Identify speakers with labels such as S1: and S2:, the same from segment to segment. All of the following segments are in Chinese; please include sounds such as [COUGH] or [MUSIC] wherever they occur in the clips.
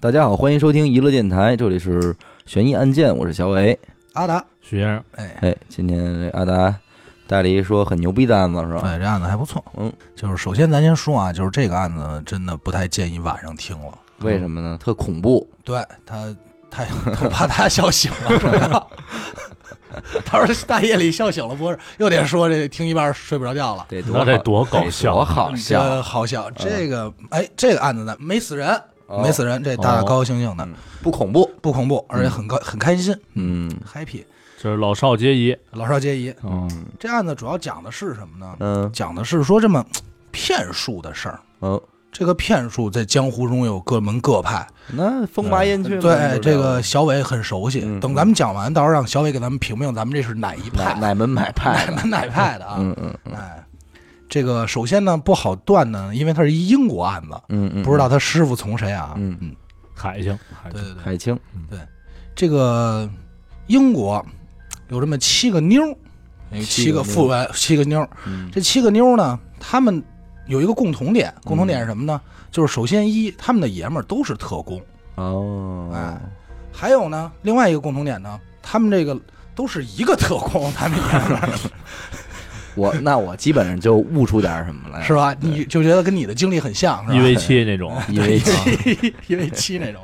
S1: 大家好，欢迎收听娱乐电台，这里是悬疑案件，我是小伟。
S2: 阿达，
S3: 许先生，
S2: 哎
S1: 哎，今天这阿达带了一说很牛逼的案子是吧？
S2: 哎，这案子还不错。
S1: 嗯，
S2: 就是首先咱先说啊，就是这个案子真的不太建议晚上听了。
S1: 为什么呢？特恐怖。
S2: 对他，他 [LAUGHS] 我怕他笑醒了，主 [LAUGHS] 要。他说大夜里笑醒了，不是又得说这听一半睡不着觉了。
S1: 得
S3: 那
S1: 多
S3: 得
S1: 好
S3: 多搞
S1: 得多
S3: 笑！
S1: 好笑，嗯
S2: 这哎好笑，这个哎，这个案子呢没死人，
S1: 哦
S2: 没死人，这大家
S3: 哦
S2: 高高兴兴的，
S1: 嗯不恐怖。
S2: 不恐怖，而且很高很开心
S1: 嗯
S2: ，happy，
S3: 这是老少皆宜。
S2: 老少皆宜。
S3: 嗯，
S2: 这案子主要讲的是什么呢？
S1: 嗯
S2: 讲的是说这么骗术的事儿。
S1: 哦，
S2: 这个骗术在江湖中有各门各派，
S1: 那风马烟雀嘛。
S2: 哎对
S1: 就
S2: 这
S1: 是
S2: 个小伟很熟悉。
S1: 嗯
S2: 等咱们讲完，到时候让小伟给咱们评评，咱们这是哪一
S1: 奶
S2: 派，
S1: 奶门买派
S2: 哪
S1: 的。
S2: [LAUGHS] 门哪派的啊？
S1: 嗯嗯嗯
S2: 哎，这个首先呢不好断呢，因为它是一英国案子，
S1: 嗯嗯，
S2: 不知道他师傅从谁啊？
S1: 嗯
S2: 嗯，
S3: 海星，海
S2: 对对
S3: 星，
S2: 对，
S1: 海清。
S2: 这个英国有这么七个妞儿，有
S1: 七
S2: 七
S1: 个
S2: 个富文，七个妞儿。
S1: 嗯
S2: 这七个妞儿呢，他们有一个共同点，共
S1: 嗯
S2: 同点是什么呢？就是首先一，他们的爷们儿都是特工。
S1: 哦，
S2: 哎还有呢，另外一个共同点呢，他们这个都是一个特工，他们爷们
S1: [LAUGHS]
S2: 儿
S1: 我那我基本上就悟出点什么来了，
S2: 是吧？你就觉得跟你的经历很像，
S3: 一
S2: 是吧？
S3: v 七那种，
S2: 哎
S1: 因
S2: [LAUGHS]
S1: 为
S2: 一 v 七那种，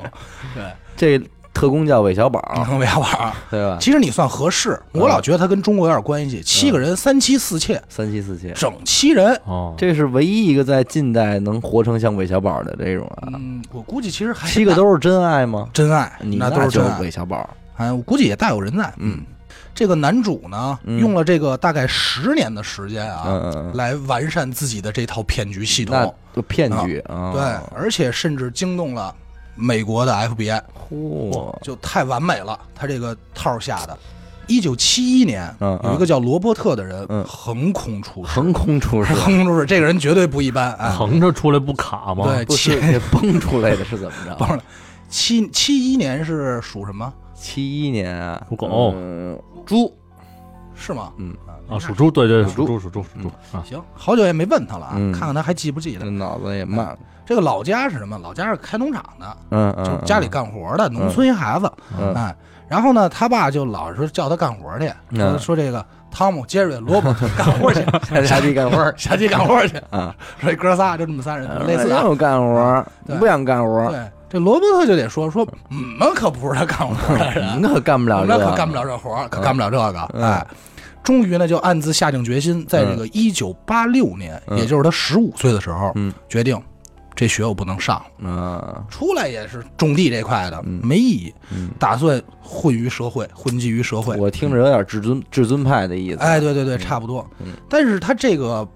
S2: 对，
S1: 这特工叫韦小宝，
S2: 能不要玩儿。
S1: 对吧？
S2: 其实你算合适，我
S1: 嗯
S2: 老觉得他跟中国有点关系。七个人，三妻四妾，
S1: 三妻四妾，
S2: 整七人。
S3: 哦，
S1: 这是唯一一个在近代能活成像韦小宝的这种啊。
S2: 嗯，我估计其实还
S1: 七个都是真爱吗？
S2: 真爱，
S1: 你
S2: 那都是
S1: 就
S2: 真
S1: 是
S2: 爱。
S1: 韦小宝，
S2: 哎，我估计也大有人在。
S1: 嗯，
S2: 这个男主呢，
S1: 嗯
S2: 用了这个大概十年的时间啊，
S1: 嗯嗯嗯，
S2: 来完善自己的这套骗局系统
S1: 那。就骗局啊，
S2: 对，而且甚至惊动了美国的 FBI，
S1: 嚯，
S2: 就太完美了，他这个套下的。一九七一年，
S1: 嗯嗯
S2: 有一个叫罗伯特的人、
S1: 嗯
S2: 横空出世，
S1: 横空出世，
S2: 横空出世，这个人绝对不一般啊！
S3: 横着出来不卡吗？
S2: 对，
S1: 不
S2: 七
S1: 是给蹦出来的是怎
S2: [LAUGHS]
S1: 么
S2: 不
S1: 着？
S2: 是七七一年是属什么？
S1: 七一年啊，
S3: 属狗
S1: 嗯，猪，
S2: 是吗？
S1: 嗯
S3: 啊，属猪，对对，
S1: 属
S3: 属猪，属猪，属猪啊，
S2: 行，好久也没问他了啊，
S1: 嗯
S2: 看看他还记不记
S1: 这
S2: 得。
S1: 脑子也慢，
S2: 这个老家是什么？老家是开农场的，
S1: 嗯
S2: 就是
S1: 嗯，
S2: 家里干活的，农村一孩子。
S1: [LAUGHS] 嗯
S2: 哎，然后呢，他爸就老是叫他干活去，
S1: 嗯
S2: 说说这个汤姆、杰瑞、
S1: [LAUGHS]
S2: 罗伯特干活去，
S1: 下地
S2: [LAUGHS]
S1: 干活儿
S2: 下地干活去。
S1: 啊，
S2: 说这哥仨就这么仨人，类似
S1: 没
S2: 的。
S1: 有干活儿，
S2: 啊对
S1: 不想干活儿，
S2: 对，这罗伯特就得说说，我们可不是他干活的人，
S1: 那可干不
S2: 我
S1: 了
S2: 们
S1: 这个，
S2: 可干不了这活儿，可干不了这
S1: 啊嗯
S2: 个。哎，终于呢，就暗自下定决心，在这个一九八六年，
S1: 嗯
S2: 也就是他十五岁的时候
S1: 嗯，
S2: 决定这学我不能上了，
S1: 啊，
S2: 出来也是种地这块的，没意义，
S1: 嗯。
S2: 打算混于社会，混迹于社会。
S1: 我听着有点至尊至尊派的意思。
S2: 哎，，对对对，差不多。
S1: 嗯
S2: 但是他这个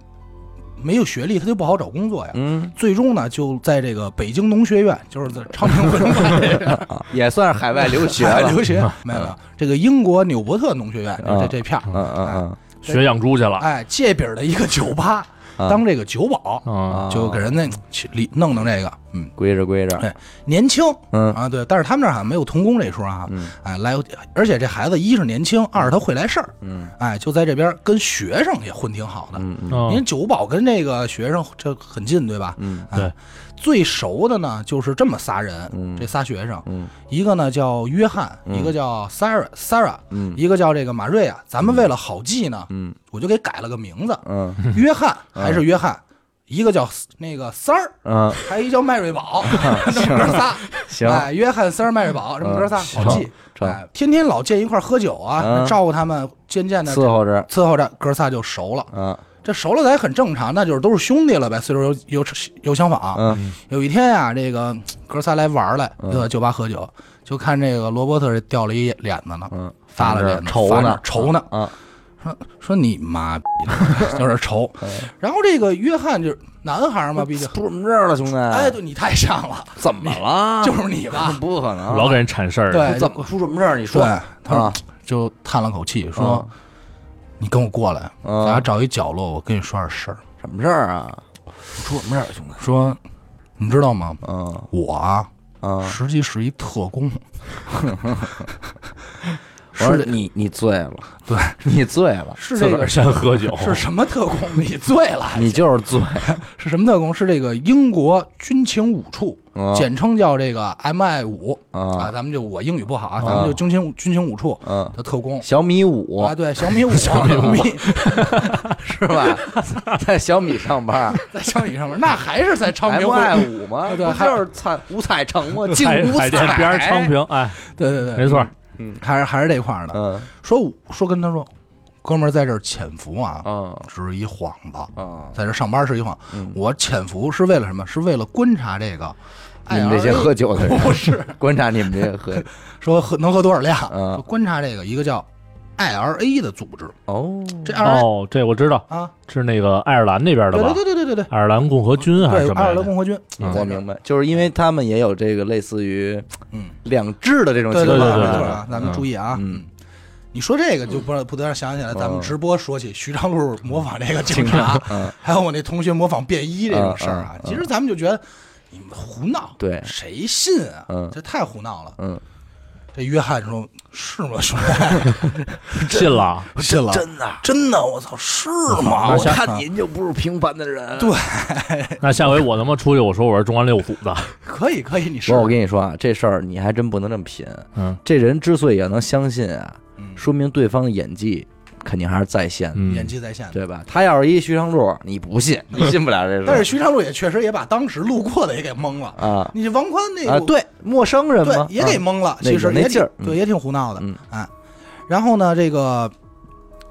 S2: 没有学历，他就不好找工作呀。
S1: 嗯，
S2: 最终呢，就在这个北京农学院，就是在昌平文化这
S1: [LAUGHS]
S2: 个
S1: 啊也算是海外留学
S2: 海外
S1: 了。
S2: [LAUGHS] 留学，没有没有这个英国纽伯特农学院这这片儿，
S1: 嗯嗯
S3: 学养猪去了
S2: 哎，借饼的一个酒吧
S1: 嗯，
S2: 当这个酒保，
S3: 啊，
S1: 啊，
S2: 就给人家去里弄弄这个，嗯，
S1: 归着归着。
S2: 哎，年轻
S1: 嗯
S2: 啊，对，但是他们这儿好像没有童工这一说啊
S1: 嗯，
S2: 哎，来，而且这孩子一是年轻，二是他会来事儿，
S1: 嗯
S2: 哎，就在这边跟学生也混挺好的，
S1: 嗯嗯
S3: 嗯
S2: 您九保跟这个学生这很近，对吧？
S1: 嗯
S3: 对
S2: 哎，最熟的呢就是这么仨人，
S1: 嗯
S2: 这仨学生，
S1: 嗯
S2: 一个呢叫约翰，
S1: 嗯
S2: 一个叫 Sarah Sarah，
S1: 嗯
S2: 一个叫这个马瑞亚。咱们为了好记呢，
S1: 嗯
S2: 我就给改了个名字，
S1: 嗯
S2: 约翰还是约翰，一个叫那个三儿，
S1: 嗯，
S2: 还有一叫麦
S1: [LAUGHS]
S2: 瑞宝，这么哥仨。
S1: 行，
S2: 哎，约翰三儿麦瑞宝，这么哥仨
S1: 嗯
S2: 好记。
S1: 成
S2: 哎，天天老见一块儿喝酒啊
S1: 嗯，
S2: 照顾他们，渐渐的
S1: 伺候着。
S2: 伺候着哥仨就熟了。
S1: 嗯
S2: 这熟了咱也很正常，那就是都是兄弟了呗，岁数有有有相仿。
S1: 嗯
S2: 有一天呀、啊这个哥仨来玩儿来，
S1: 嗯
S2: 就在酒吧喝酒，就看这个罗伯特这掉了一脸子呢，
S1: 嗯，
S2: 发了脸子
S1: 愁
S2: 发
S1: 呢
S2: 着愁呢，
S1: 啊
S2: 说你妈逼
S1: [LAUGHS]
S2: 的，有点愁。
S1: 嗯
S2: 然后这个约翰就是男孩嘛，毕竟，
S1: 出什么事儿了，兄弟？
S2: 哎，，对你太像了，
S1: 怎么了？
S2: 就是你吧？
S1: 不可能，
S3: 老给人铲事儿，
S2: 啊对
S1: 怎么出什么事嗯儿？你
S2: 对
S1: 说，
S2: 他说
S1: 啊
S2: 就叹了口气说：“你跟我过来，
S1: 嗯
S2: 咱俩找一角落，我跟你说点事儿。
S1: 什么事儿啊？出什么事儿，兄弟？
S2: 说你知道吗？
S1: 嗯
S2: 我啊，
S1: 嗯
S2: 实际是一特工，
S1: 我说
S2: 是
S1: 你你醉了，对 [LAUGHS] 你醉了，
S2: 是
S3: 自
S2: 这
S3: 个儿
S2: 个
S3: 先喝酒，
S2: 是什么特工？你醉了？
S1: 你就是醉。
S2: 是什么特工？是这个英国军情五处，
S1: 啊
S2: 简称叫这个 MI 五啊。
S1: 啊，
S2: 咱们就我英语不好
S1: 啊
S2: 啊，咱们就军情军情五处
S1: 嗯，
S2: 的特工
S1: 小米五
S2: 啊，对，小米五，小
S1: 米五
S2: 米
S1: 是吧？在小米上班
S2: [LAUGHS] 在小米上面，那还是在
S1: [LAUGHS]
S2: 昌平会。
S1: ，MI 五吗？
S2: 啊
S1: 不
S2: 对
S1: 就是彩五彩城吗？净
S3: 海
S1: 五
S3: 海
S1: 彩
S3: 淀边儿昌平，哎，
S2: 对对嗯对，
S3: 没错，
S2: 还是还是这块儿的。
S1: 嗯
S2: 说我说跟他说，哥们儿在这儿潜伏啊，
S1: 啊
S2: 只是一幌子，
S1: 啊，
S2: 在这儿上班是一幌。
S1: 嗯
S2: 我潜伏是为了什么？是为了观察这个。
S1: 你们这些
S2: IRA
S1: 喝酒的 [LAUGHS] 人，
S2: 不是
S1: 观察你们这些喝
S2: 说喝能喝多少量？
S1: 嗯
S2: 说观察这个一个叫 IRA 的组织，
S1: 哦，
S2: 这 IRA、
S3: 哦，这我知道，
S2: 啊，
S3: 是那个爱尔兰那边的
S2: 对
S3: 吧
S2: 对？对对对对对，
S3: 爱尔兰共和军还是
S2: 对
S3: 什么
S2: 爱
S3: 来
S2: 尔兰
S3: 着？
S2: 共和军，
S3: 嗯
S1: 我明白，就是因为他们也有这个类似于
S2: 嗯，
S1: 两制的这种
S2: 对
S1: 情
S2: 对
S1: 况，
S2: 对
S3: 对
S2: 没
S3: 对
S2: 错
S3: 对
S2: 啊，咱们
S3: 嗯
S2: 注意啊，
S1: 嗯。
S2: 你说这个就不让不得让想起来，咱们
S1: 嗯
S2: 直播说起徐长路模仿这个警察，
S1: 嗯
S2: 还有我那同学模仿便衣这种事儿啊
S1: 嗯嗯，嗯
S2: 其实咱们就觉得你们胡闹，
S1: 对
S2: 谁信啊？
S1: 嗯
S2: 这太胡闹了。
S1: 嗯，
S2: 这约翰说：“是吗，兄弟？
S3: 信了，
S2: 我信了，
S1: 真的。
S2: 真的，我操，是
S3: 那
S2: 吗？
S1: 我
S2: 我
S3: 下
S1: 看您就不是平凡的人。
S2: 对，
S3: 那下回我他妈出去，我说我是中央六虎
S2: [LAUGHS]
S3: 的，
S2: 可以，可以，你
S1: 不
S2: 是
S1: 是，我跟你说啊，这事儿你还真不能这么品。
S3: 嗯，
S1: 这人之所以要能相信啊，
S2: 嗯
S1: 说明对方的演技肯定还是在线的，
S3: 嗯
S2: 演技在线的。
S1: 对吧？他要是一徐长柱，你不信，你信不了这事儿。
S2: 但是徐长路也确实也把当时路过的也给蒙了。
S1: 啊
S2: 你这王宽那
S1: 啊，
S2: 个
S1: 对，陌生人嘛
S2: 对，也给
S1: 啊
S2: 蒙了，
S1: 那
S2: 其实
S1: 有那
S2: 也
S1: 劲
S2: 挺
S1: 儿嗯
S2: 对，也挺胡闹的
S1: 嗯，
S2: 哎。然后呢，这个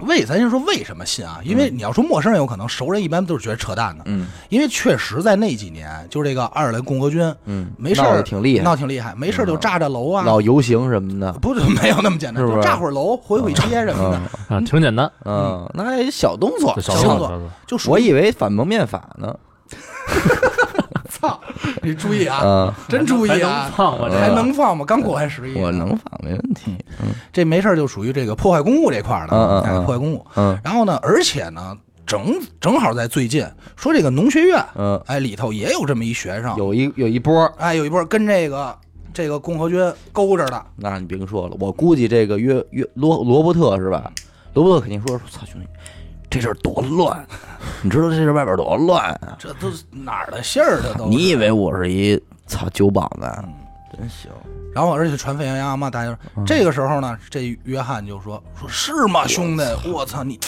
S2: 为咱先说为什么信啊？因为你要说陌生人有可能，熟人一般都是觉得扯淡的，
S1: 嗯
S2: 因为确实在那几年，就是这个爱尔兰共和军
S1: 嗯，
S2: 没事
S1: 闹得
S2: 儿
S1: 挺厉害，嗯
S2: 闹挺厉害，没事儿就炸炸楼啊，
S1: 老游行什么的，
S2: 不是没有那么简单，
S1: 是不是
S2: 就炸会儿楼、毁毁街什么的，
S1: 嗯
S3: 啊，挺简单，
S1: 嗯，那也小动作
S3: 这，少
S2: 小
S3: 少
S1: 行
S2: 动作
S3: 少少
S2: 就属
S1: 我
S2: 于
S1: 以为反蒙面法呢，
S2: [LAUGHS] 操，你注意啊，
S1: 嗯，
S2: [LAUGHS] 真注意
S3: 还
S2: 啊
S3: 能。放吗？
S1: 嗯
S3: 这
S2: 还能放吗？刚过完十一，
S1: 我能仿没问题，
S2: 这没事儿就属于这个破坏公物这块儿的，
S1: 嗯嗯
S2: 哎
S1: 嗯
S2: 破坏公物。
S1: 嗯
S2: 然后呢，而且呢，正正好在最近说这个农学院，
S1: 嗯，
S2: 哎，里头也有这么一学生，
S1: 有一有一波，
S2: 哎，有一波跟这个这个共和军勾着的，
S1: 那你别说了，我估计这个约约罗罗伯特是吧？罗伯特肯定说，操兄弟，这事儿多 [LAUGHS] 乱，啊你知道这事儿外边多乱啊？
S2: 这都是哪儿的信儿？这都是。
S1: 你以为我是一操酒保呢？真行，
S2: 然后而且传沸羊羊嘛，大家说、
S1: 嗯
S2: 这个时候呢，这约翰就说说是吗，兄弟，我操
S1: [LAUGHS]
S2: 你！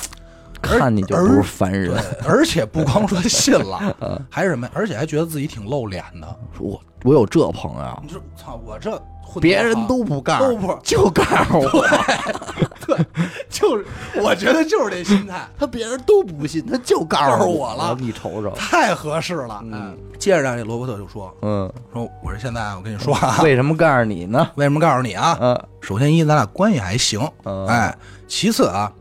S2: 而
S1: 看你就不是凡人
S2: 对。，而且不光说信了， [LAUGHS] 还是什么呀，而且还觉得自己挺露脸的。
S1: 说我我有这朋友
S2: 你，说操，我这混得
S1: 别人
S2: 好
S1: 都不干，
S2: 都不
S1: 就告诉我，
S2: 就是，我觉得就是这
S1: [LAUGHS]
S2: 心态。
S1: [LAUGHS] 他别人都不信，他就告
S2: 告诉
S1: 诉 [LAUGHS]
S2: 我了
S1: 你瞅瞅，
S2: 太合适了。嗯，接着呢，这罗伯特就说
S1: 嗯，：“
S2: 说我说现在啊我跟你说啊， [LAUGHS]
S1: 为什么告诉你呢？
S2: 为什么告诉你啊？
S1: 嗯
S2: 首先一，咱俩关系还行，
S1: 嗯
S2: 哎，其次啊，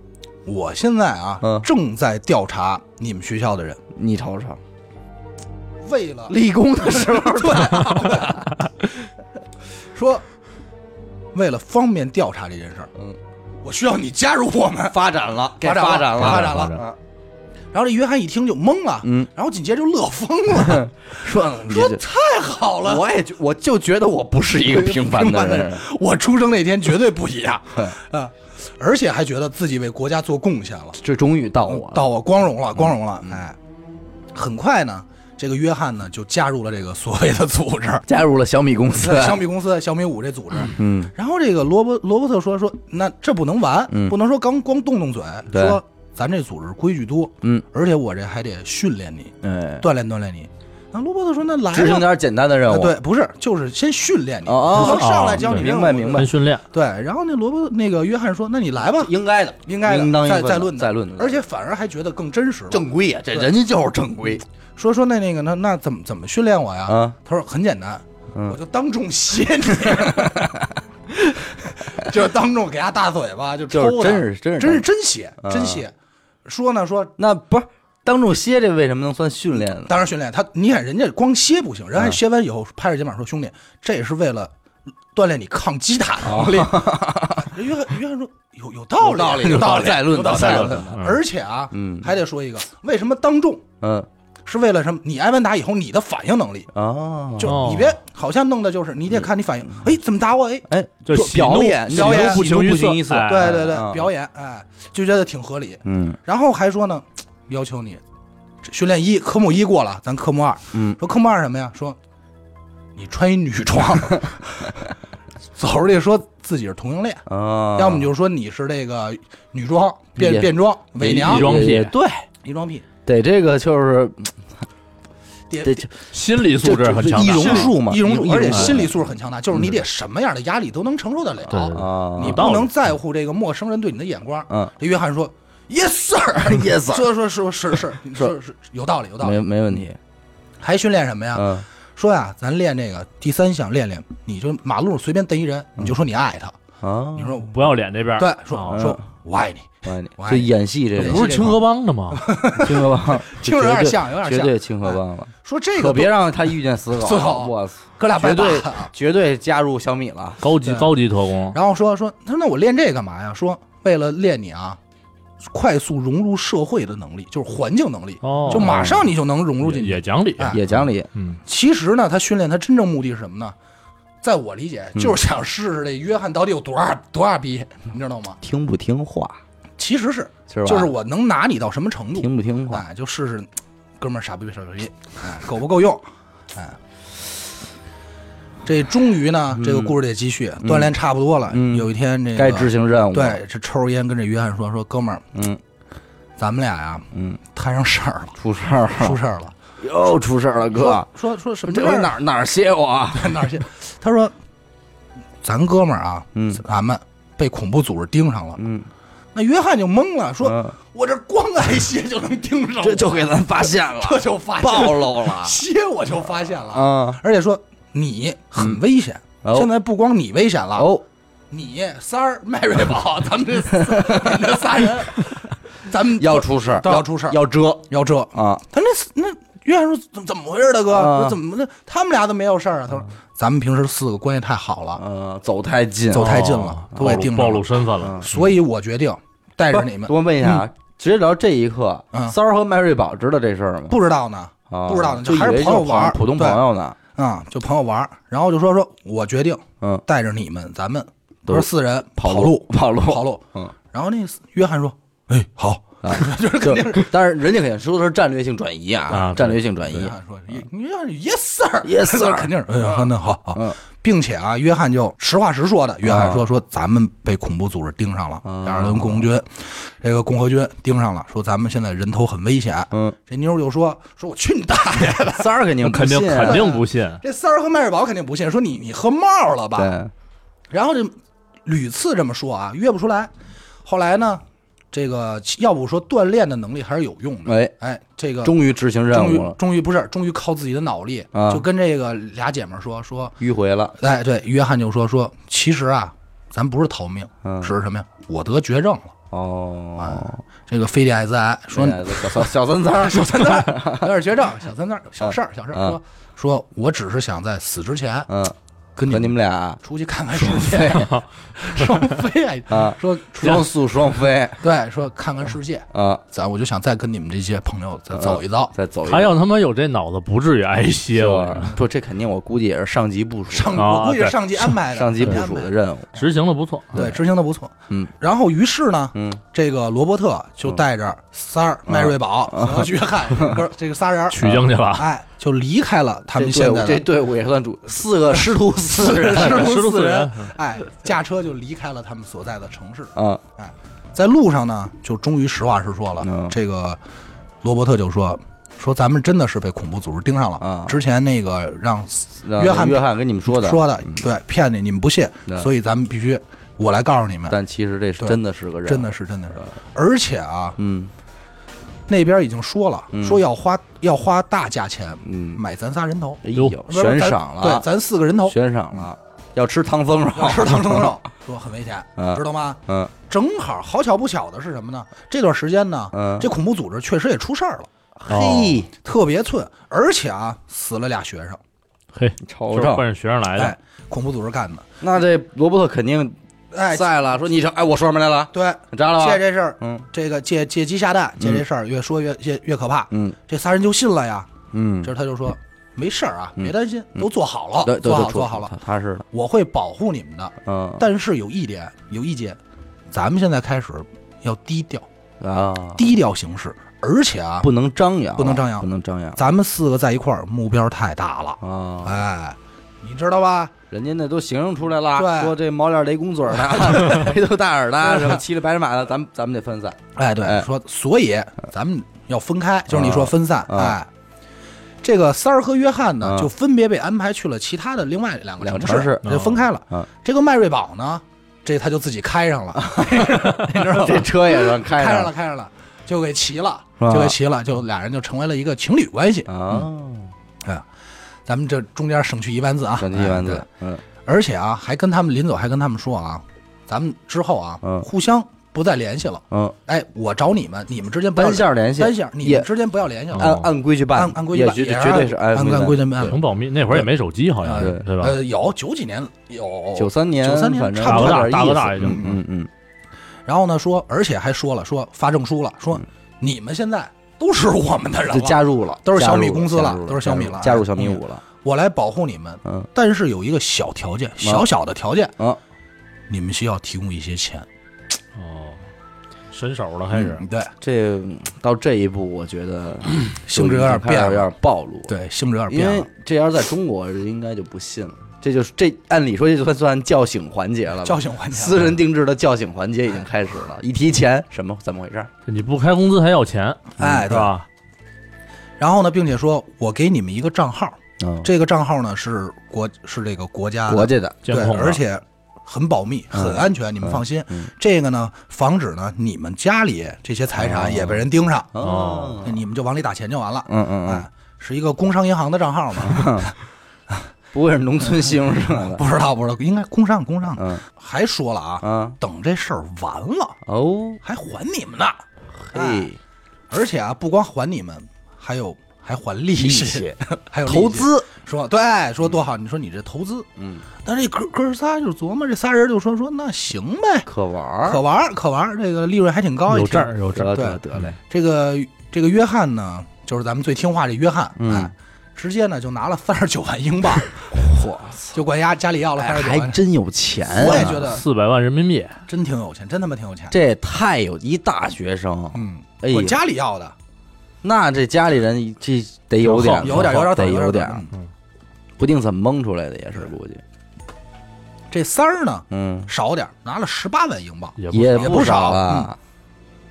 S2: 我现在啊、
S1: 嗯
S2: 正在调查你们学校的人，
S1: 你瞅瞅，
S2: 为 [LAUGHS] 了
S1: 立功的时候，
S2: [LAUGHS] 说，为了方便调查这件事儿，
S1: 嗯，
S2: 我需要你加入我
S1: [LAUGHS]
S2: 们。
S1: [LAUGHS] 发展了，
S2: 该发展了
S3: 嗯发
S2: 展了
S3: 展
S1: 了，
S2: 然后这约翰一听就懵了，
S1: 嗯，
S2: 然后紧接着就乐疯了，
S1: 说 [LAUGHS] 你
S2: 说
S1: 这
S2: 太好了，
S1: 我也觉我就觉得我不是一个平
S2: [LAUGHS]
S1: 凡的人，嗯
S2: 我出生那天绝对不一
S1: [LAUGHS]
S2: 样
S1: 对
S2: 啊！而且还觉得自己为国家做贡献了，
S1: 这终于到我了，嗯
S2: 到我光荣了，光荣了！哎，很快呢，这个约翰呢就加入了这个所谓的
S1: [LAUGHS]
S2: 组织，
S1: 加入了小米公司，
S2: 小米公司小米五这组织。
S1: 嗯
S2: [CLEARS THROAT] 然后这个罗伯罗伯特说说，那这不能完，
S1: 嗯
S2: 不能说刚光动动嘴，
S1: 对
S2: 说咱这组织规矩多，
S1: 嗯，
S2: 而且我这还得训练你，
S1: 哎，
S2: 锻炼锻炼你。那罗伯特说，那来
S1: 执行
S2: 吧。
S1: 点简单的任
S2: 啊
S1: 务，
S2: 对，不是，就是先训练你，
S1: 哦哦
S2: 不能上来
S3: 哦
S2: 教你
S1: 明
S2: 任
S1: 白
S2: 务
S1: 明白
S3: 跟训练，
S2: 对，然后那罗伯那个约翰说：“那你来吧，
S1: 应该的，
S2: 应该的
S1: 应当
S2: 再
S1: 应分
S2: 再
S1: 的
S2: 论的
S1: 再论的
S2: 而且反而还觉得更真实了。
S1: 正规啊，这人家就是正规
S2: 说说那那个那那怎么怎么训练我呀？
S1: 啊，
S2: 他说很简单，
S1: 嗯
S2: 我就当众歇你， [LAUGHS] 就当众给他大嘴巴，就抽
S1: 就是
S2: 他
S1: 真是真是
S2: 真是嗯真歇
S1: 啊
S2: 真歇。说呢说，
S1: 那不是当众歇这为什么能算训练呢？
S2: 当然训练他，你看人家光歇不行，人还
S1: 嗯
S2: 歇完以后拍着肩膀说：“兄弟，这也是为了。”锻炼你抗击打的能力。人 [LAUGHS] 约翰约翰说有有道理，哦啊有道理，
S1: 再论
S2: 有道
S1: 的
S2: 理啊
S1: 再论
S3: 有道理
S1: 的，
S3: 嗯
S2: 而且啊，
S1: 嗯
S2: 还得说一个，为什么当众
S1: 嗯
S2: 是为了什么？你挨完打以后，你的反应能力，
S1: 啊，
S2: 就你别好像弄的就是你得看
S1: 嗯
S2: 你反应，哎，怎么打我？哎，
S1: 哎，
S3: 就
S1: 做
S3: 喜
S1: 表
S3: 怒
S1: 演，
S3: 喜
S1: 表
S2: 怒
S1: 演
S3: 不
S1: 喜
S3: 形于
S1: 不
S3: 色
S1: 形于色，
S3: 哎
S2: 对对
S1: 嗯
S2: 对，表演，哎，就觉得挺合理。
S1: 嗯
S2: 然后还说呢，要求你这训练一科目一过了，咱科目二，
S1: 嗯，
S2: 说科目二什么呀？说你穿一女
S1: [LAUGHS]
S2: 装，走出去说自己是同性恋，
S1: 啊，
S2: 要么就说你是这个女装
S1: 也
S2: 变变装伪娘
S3: 一装屁
S1: 也对，
S2: 一装癖，
S1: 得这个就是
S2: 得
S1: 得这
S3: 心理素质很强
S1: 易
S3: 大
S1: 容术嘛，嗯
S2: 易容术，而且
S1: 术
S2: 心理素质很强大，就是你得什么样的压力都能承受得
S3: 对
S2: 了，
S1: 啊，
S2: 你
S3: 有道
S2: 不
S3: 理
S2: 能在乎这个陌生人对你的眼光。
S1: 嗯
S2: 这约翰说：“Yes sir， [LAUGHS]
S1: ，yes，sir，
S2: 说说说是
S1: [LAUGHS]
S2: 是是是有道理有道理。
S1: 没没问题，”
S2: 还训练什么呀？
S1: 嗯
S2: 说呀，咱练这个第三项练练，你就马路上随便逮一人，
S1: 嗯
S2: 你就说你爱他，
S1: 啊
S2: 你，说
S3: 不要脸这边儿
S2: 对，说、
S3: 啊
S1: 嗯
S2: 说我爱你，
S1: 我爱你
S2: 我，爱
S1: 这
S2: 你
S1: 演戏这
S2: 对 [LAUGHS]
S1: 种
S3: 不是清河帮的吗？
S1: 清河帮，
S2: 听着有点像，有点
S1: 绝
S2: 像。
S1: 对清河帮了，
S2: 说这
S1: 可
S2: 个
S1: 别让他遇见
S2: [LAUGHS]
S1: 死
S2: 死
S1: 狗，
S2: 狗啊
S1: 我操，
S2: 哥俩
S1: 绝
S2: 白搭
S1: 对哦绝对加入小米了，
S3: 高级
S2: 对
S3: 高级特工，
S2: 然后说说，他说那我练这干嘛呀？说为了练你啊，快速融入社会的能力，就是环境能力，
S3: 哦，
S2: 就马上你就能融入进
S3: 也
S2: 去。
S3: 也讲理，
S2: 哎
S1: 也讲理，
S3: 嗯，
S2: 其实呢，他训练他真正目的是什么呢？在我理解，
S1: 嗯
S2: 就是想试试这约翰到底有多大多大逼，你知道吗？
S1: 听不听话
S2: 其实是，
S1: 是吧？
S2: 就是我能拿你到什么程度，
S1: 听不听话，
S2: 哎，就试试，哥们儿傻逼傻逼，哎，够不够用？哎，这终于呢，这个故事得继续，锻炼差不多了。
S1: 嗯
S2: 有一天这个
S1: 该执行任务，，
S2: 对，这抽着烟跟这约翰说说，哥们儿，
S1: 嗯
S2: 咱们俩呀、
S1: 嗯，
S2: 摊上事儿了，
S1: 出事儿
S2: 出
S1: 了，
S2: 事儿了。
S1: 又出事儿了，哥
S2: 说，说说什么
S1: 这
S2: 事
S1: 回
S2: 儿？
S1: 哪儿哪儿歇我啊？
S2: [LAUGHS] 哪儿去？他说，咱哥们儿啊，
S1: 嗯
S2: 咱们被恐怖组织盯上了。
S1: 嗯，
S2: 那约翰就懵了，说、
S1: 嗯
S2: 我这光挨歇就能盯上我，
S1: 这就给咱发现了，
S2: [LAUGHS] 这就发现
S1: 暴
S2: 了，
S1: 露
S2: [LAUGHS]
S1: 了
S2: 歇我就发现了。
S1: 啊！
S2: 而且说你很危险。
S1: 哦
S2: 现在不光你危险了，
S1: 哦，
S2: 你三儿、迈瑞
S1: [LAUGHS]
S2: 宝，咱们这四咱们这仨人，咱们
S1: 要出事儿，
S2: 要出事儿，
S1: 要遮
S2: 要这。
S1: 啊！
S2: 他那四那约翰说怎怎么回事，大哥？
S1: 啊
S2: 说怎么的？他们俩都没有事儿啊？他说
S1: 嗯
S2: 咱们平时四个关系太好了，
S1: 呃，走太近，
S2: 走太近
S3: 哦
S2: 了，都给定
S3: 暴
S2: 上
S3: 露
S2: 了。嗯
S3: 身份了，
S2: 所以我决定带着你们，
S1: 多问一下啊，直接聊这一刻
S2: 嗯，
S1: 三儿和迈瑞宝知道这事儿吗？
S2: 不知道呢
S1: 啊
S2: 不知道呢
S1: 就以
S2: 还是
S1: 为
S2: 朋友
S1: 就
S2: 玩儿
S1: 普通朋友呢。
S2: 啊，就朋友玩儿，然后就说说我决定
S1: 嗯，
S2: 带着你们，咱们
S1: 都
S2: 哥四人跑
S1: 路，
S2: [LAUGHS]
S1: 跑路，
S2: 跑路。
S1: 嗯，
S2: 然后那约翰说：“哎，好。”就是肯定是
S1: 就但是人家肯定说的是战略性转移啊
S3: 啊，
S1: 战略性转
S2: 约
S1: 移。
S2: 翰说：“你要是 yes sir
S1: Yes, sir
S2: 肯定是。”哎 [LAUGHS] 呀，那好啊好
S1: 嗯，
S2: 并且啊，约翰就实话实说的，约翰说：“说咱们被恐怖组织盯上了，
S1: 啊
S2: 亚尔顿共军，这个共和军盯上了，说咱们现在人头很危险。”
S1: 嗯，
S2: 这妞儿就说：“说我去你大爷的
S1: 三儿肯定不
S3: 肯定
S1: 信啊
S2: 啊
S3: 肯定不信，！”
S2: 这三儿和迈尔宝肯定不信，说你你喝冒了吧？
S1: 对，
S2: 然后这屡次这么说啊，约不出来。后来呢，这个要不说锻炼的能力还是有用的。
S1: 哎，
S2: 哎，这个
S1: 终于执行任
S2: 终
S1: 务
S2: 于
S1: 了，
S2: 终于不是，终于靠自己的脑力，
S1: 啊
S2: 就跟这个俩姐们儿说说，
S1: 迂回了。
S2: 哎，对，约翰就说说，其实啊，咱不是逃命，
S1: 嗯
S2: 是什么呀？我得绝症了，哎
S1: 哦，
S2: 这个非得艾滋癌，啊说
S1: 哎小小小三三
S2: [LAUGHS]
S1: 儿，
S2: 小三蛋儿有点绝症，小三蛋儿小事儿，小事儿，
S1: 啊
S2: 说说我只是想在死之前
S1: 嗯，
S2: 跟
S1: 和你
S2: 你们
S1: 们俩
S2: 出去看看世界， [LAUGHS] 双飞
S1: 啊，
S2: 说
S1: 双
S2: 说
S1: 宿双飞
S2: 对，说看看世界，
S1: 啊，
S2: 咱我就想再跟你们这些朋友再走一遭，
S1: 再走一
S3: 他
S1: 个。
S3: 要他妈有这脑子，不至于挨歇我
S2: 啊
S3: 跟你说。
S1: 不，这肯定我估计也是上级部署
S2: 上
S3: 啊
S2: 我估计是
S3: 对
S2: 上级安排的，
S1: 哦上级部
S2: 安
S1: 署
S2: 排
S1: 的任务。
S3: 执行的不错，啊
S2: 对，执行的不错。
S1: 嗯，
S2: 然后于是呢，
S1: 嗯，
S2: 这个罗伯特就带着三儿、迈瑞宝
S1: 啊
S2: 和约
S1: [LAUGHS]
S2: 翰哥这个仨人儿，
S3: 取经去了。
S2: 哎，就离开了他们
S1: 这队
S2: 现
S1: 伍
S2: 在
S1: 这
S2: 的
S1: 队伍也算主四个师徒四人
S2: 师
S3: 师
S2: 徒
S3: 徒
S2: 四
S3: 四
S2: 人
S3: 人，
S2: 哎，驾车就离开了他们所在的城市。
S1: 啊，
S2: 哎在路上呢，就终于实话实说了
S1: 嗯，
S2: 这个罗伯特就说。说咱们真的是被恐怖组织盯上
S1: 啊
S2: 了。之前那个让
S1: 让
S2: 约翰
S1: 约翰跟你们说的
S2: 说的，嗯对，骗你，你们不信
S1: 对，
S2: 所以咱们必须我来告诉你们，
S1: 但其实这是啊
S2: 对
S1: 真的是个人，
S2: 真的是真的是。而且啊，
S1: 嗯
S2: 那边已经说了，
S1: 嗯
S2: 说要花要花大价钱
S1: 嗯，
S2: 买咱仨人头，
S1: 哎
S3: 哟
S1: 呦，悬赏
S2: 不是咱
S1: 了啊
S2: 对，，咱四个人头
S1: 悬赏了，要吃唐僧肉，
S2: [LAUGHS] 要吃唐僧肉，说很危险
S1: 嗯，
S2: 知道吗？
S1: [LAUGHS] 嗯
S2: 正好好巧不巧的是什么呢？这段时间呢，
S1: 嗯，
S2: 这恐怖组织确实也出事儿了，
S1: 嘿，
S2: 特别寸，而且啊，死了俩学生，
S3: 嘿，
S1: 瞅
S3: 就是奔
S1: 瞅，
S3: 着学生
S2: 哎
S3: 来的，，
S2: 恐怖组织干的，
S1: 那这罗伯特肯定
S2: 哎，
S1: 在了，说你这哎，我说什么来了？
S2: 对，
S1: 你扎了
S2: 借
S1: 吧？
S2: 这事儿，
S1: 嗯
S2: 这个借借鸡下蛋，借这事儿越说越越越可怕。
S1: 嗯
S2: 这仨人就信了呀。
S1: 嗯，
S2: 这他就说没事儿啊，
S1: 嗯
S2: 别担心，都做好了，
S1: 对对
S2: 做好
S1: 对，
S2: 做好了，，
S1: 踏实了，
S2: 我会保护你们的。
S1: 嗯
S2: 但是有一点，有一节，咱们现在开始要低调，
S1: 啊，
S2: 低调行事，而且啊，
S1: 不能张扬，
S2: 不能张扬
S1: 不能张扬
S2: 咱们四个在一块儿，目标太大了，
S1: 啊！
S2: 哎，你知道吧？
S1: 人家那都形容出来了，
S2: 对嗯
S1: 说这毛脸雷公嘴儿
S2: [LAUGHS]
S1: 的，黑头大耳的，什么骑着白马的，咱们咱们得分散
S2: 哎，对，
S1: 哎
S2: 说所以咱们要分开，就是你说分散，
S1: 啊
S2: 哎。这个三儿和约翰呢，
S1: 啊
S2: 就分别被安排去了其他的另外两个
S1: 两个
S2: 城
S1: 城市
S2: 就分开了。
S1: 啊。
S2: 这个迈锐宝呢，这他就自己开上了， [LAUGHS] 你知道
S1: 这
S2: 吧？
S1: 车也让
S2: 开
S1: 开上
S2: 了，开上了，就给骑了，
S1: 是吧
S2: 就给骑了，就俩人就成为了一嗯个情侣关系。
S1: 啊，
S2: 咱们这中间省去一万字啊，
S1: 转基丸
S2: 哎
S1: 子
S2: 对，
S1: 嗯
S2: 而且啊，还跟他们临走还跟他们说啊，咱们之后啊，
S1: 嗯
S2: 互相不再联系了。
S1: 嗯，
S2: 哎，我找你们，你们之间不要
S1: 单线联系，
S2: 单线，你
S1: 也
S2: 们之间不要联系了。
S1: 按
S3: 哦
S1: 按规矩办，
S2: 按按规矩
S1: 也
S2: 办
S1: 绝
S2: 也是
S1: 绝对是哎按
S2: 按按规矩办
S1: 对
S3: 挺保密。那会儿也没手机，好像是
S1: 对
S3: 对吧？
S2: 呃，有九几年有
S1: 九三年，
S2: 93年
S1: 反正
S2: 差不多
S1: 有点
S3: 大哥大
S1: 意思
S3: 大哥大
S1: 嗯嗯嗯，
S2: 然后呢说，而且还说了说发证书了，说你们现在都是我们的人
S1: 嗯就
S2: 了，
S1: 加入了，
S2: 都是小米
S1: 加入
S2: 公司
S1: 加
S2: 了
S1: 入
S2: 都是小米了嗯
S1: 加入小米五了，
S2: 我来保护你们。
S1: 嗯
S2: 但是有一个小条件，小小的条件，
S1: 啊，
S2: 你们需要提供一些钱。呃
S3: 哦，伸手了开始
S2: 嗯，对，
S1: 这嗯到这一步，我觉得
S2: 性质有点
S1: 就已经开始
S2: 变
S1: 有
S2: 了，
S1: 点暴露，，
S2: 对，性质有点
S1: 因
S2: 变
S1: 为
S2: 了。
S1: 这要是在中国，应该就不信了，这就是这按理说这就算算叫醒环节了吧，
S2: 叫醒环节哎
S1: 私
S2: 了，
S1: 人定制的叫醒环节已经开始了，一提钱什么怎么回事儿？
S3: 这你不开工资还要钱，
S2: 嗯哎，
S3: 是
S2: 对。
S3: 吧？
S2: 然后呢，并且说我给你们一个账号，
S1: 嗯，
S2: 这个账号呢是国是这个国家的
S1: 国家的
S3: 监
S2: 对
S3: 控，的
S2: 而且很保密，
S1: 嗯
S2: 很安全，你们放心。这个呢，防止呢你们家里这些财
S1: 哦
S2: 产也被人盯上，
S1: 哦，
S2: 你们就往里打钱就完了。
S1: 嗯嗯嗯，
S2: 哎，是一个工商银行的账
S1: [LAUGHS]
S2: 号嘛？
S1: 不会是农村信用社的？
S2: 不知道，不知道，应该工商工商的。
S1: 嗯
S2: 还说了啊，
S1: 啊
S2: 等这事儿完了
S1: 哦，
S2: 还还你们呢，哎
S1: 嘿，
S2: 而且啊，不光还你们，还有还还
S1: 利
S2: 利息
S1: 息，
S2: [LAUGHS] 还有利息
S1: 投。资，
S2: 说对，说多好，你说你这投资，
S1: 嗯，
S2: 但是这哥哥仨就琢磨，这仨人就说说那行呗，
S1: 可玩儿，
S2: 可玩儿可玩儿，这个利润还挺高，
S3: 有
S2: 也挺
S3: 证儿有证儿，
S1: 得
S2: 对
S1: 得得嘞，
S2: 这个这个约翰呢，就是咱们最听话这约翰，
S1: 嗯
S2: 哎，直接呢就拿了三十九万英镑，
S1: 我
S2: 就管家家里要了三
S1: 哎
S2: 十九
S1: 嗯还
S2: 万，
S1: 真有钱啊，
S2: 我也觉得
S3: 四百万人民币，
S2: 真挺有钱，真他妈挺有钱。
S1: 这也太有一大学生，
S2: 嗯，
S1: 哎呦
S2: 我，家里要的
S1: 那这家里人这得有点，
S2: 有点有点
S1: 哎得
S2: 有
S1: 有
S2: 点
S1: 点
S2: 儿
S1: 儿，
S2: 嗯
S1: 不定怎么蒙出来的也是估计，
S2: 这三儿呢
S1: 嗯，
S2: 少点儿，拿了十八万英镑。
S3: 也不啊
S1: 也
S2: 也
S1: 不嗯
S2: 不少
S1: 了。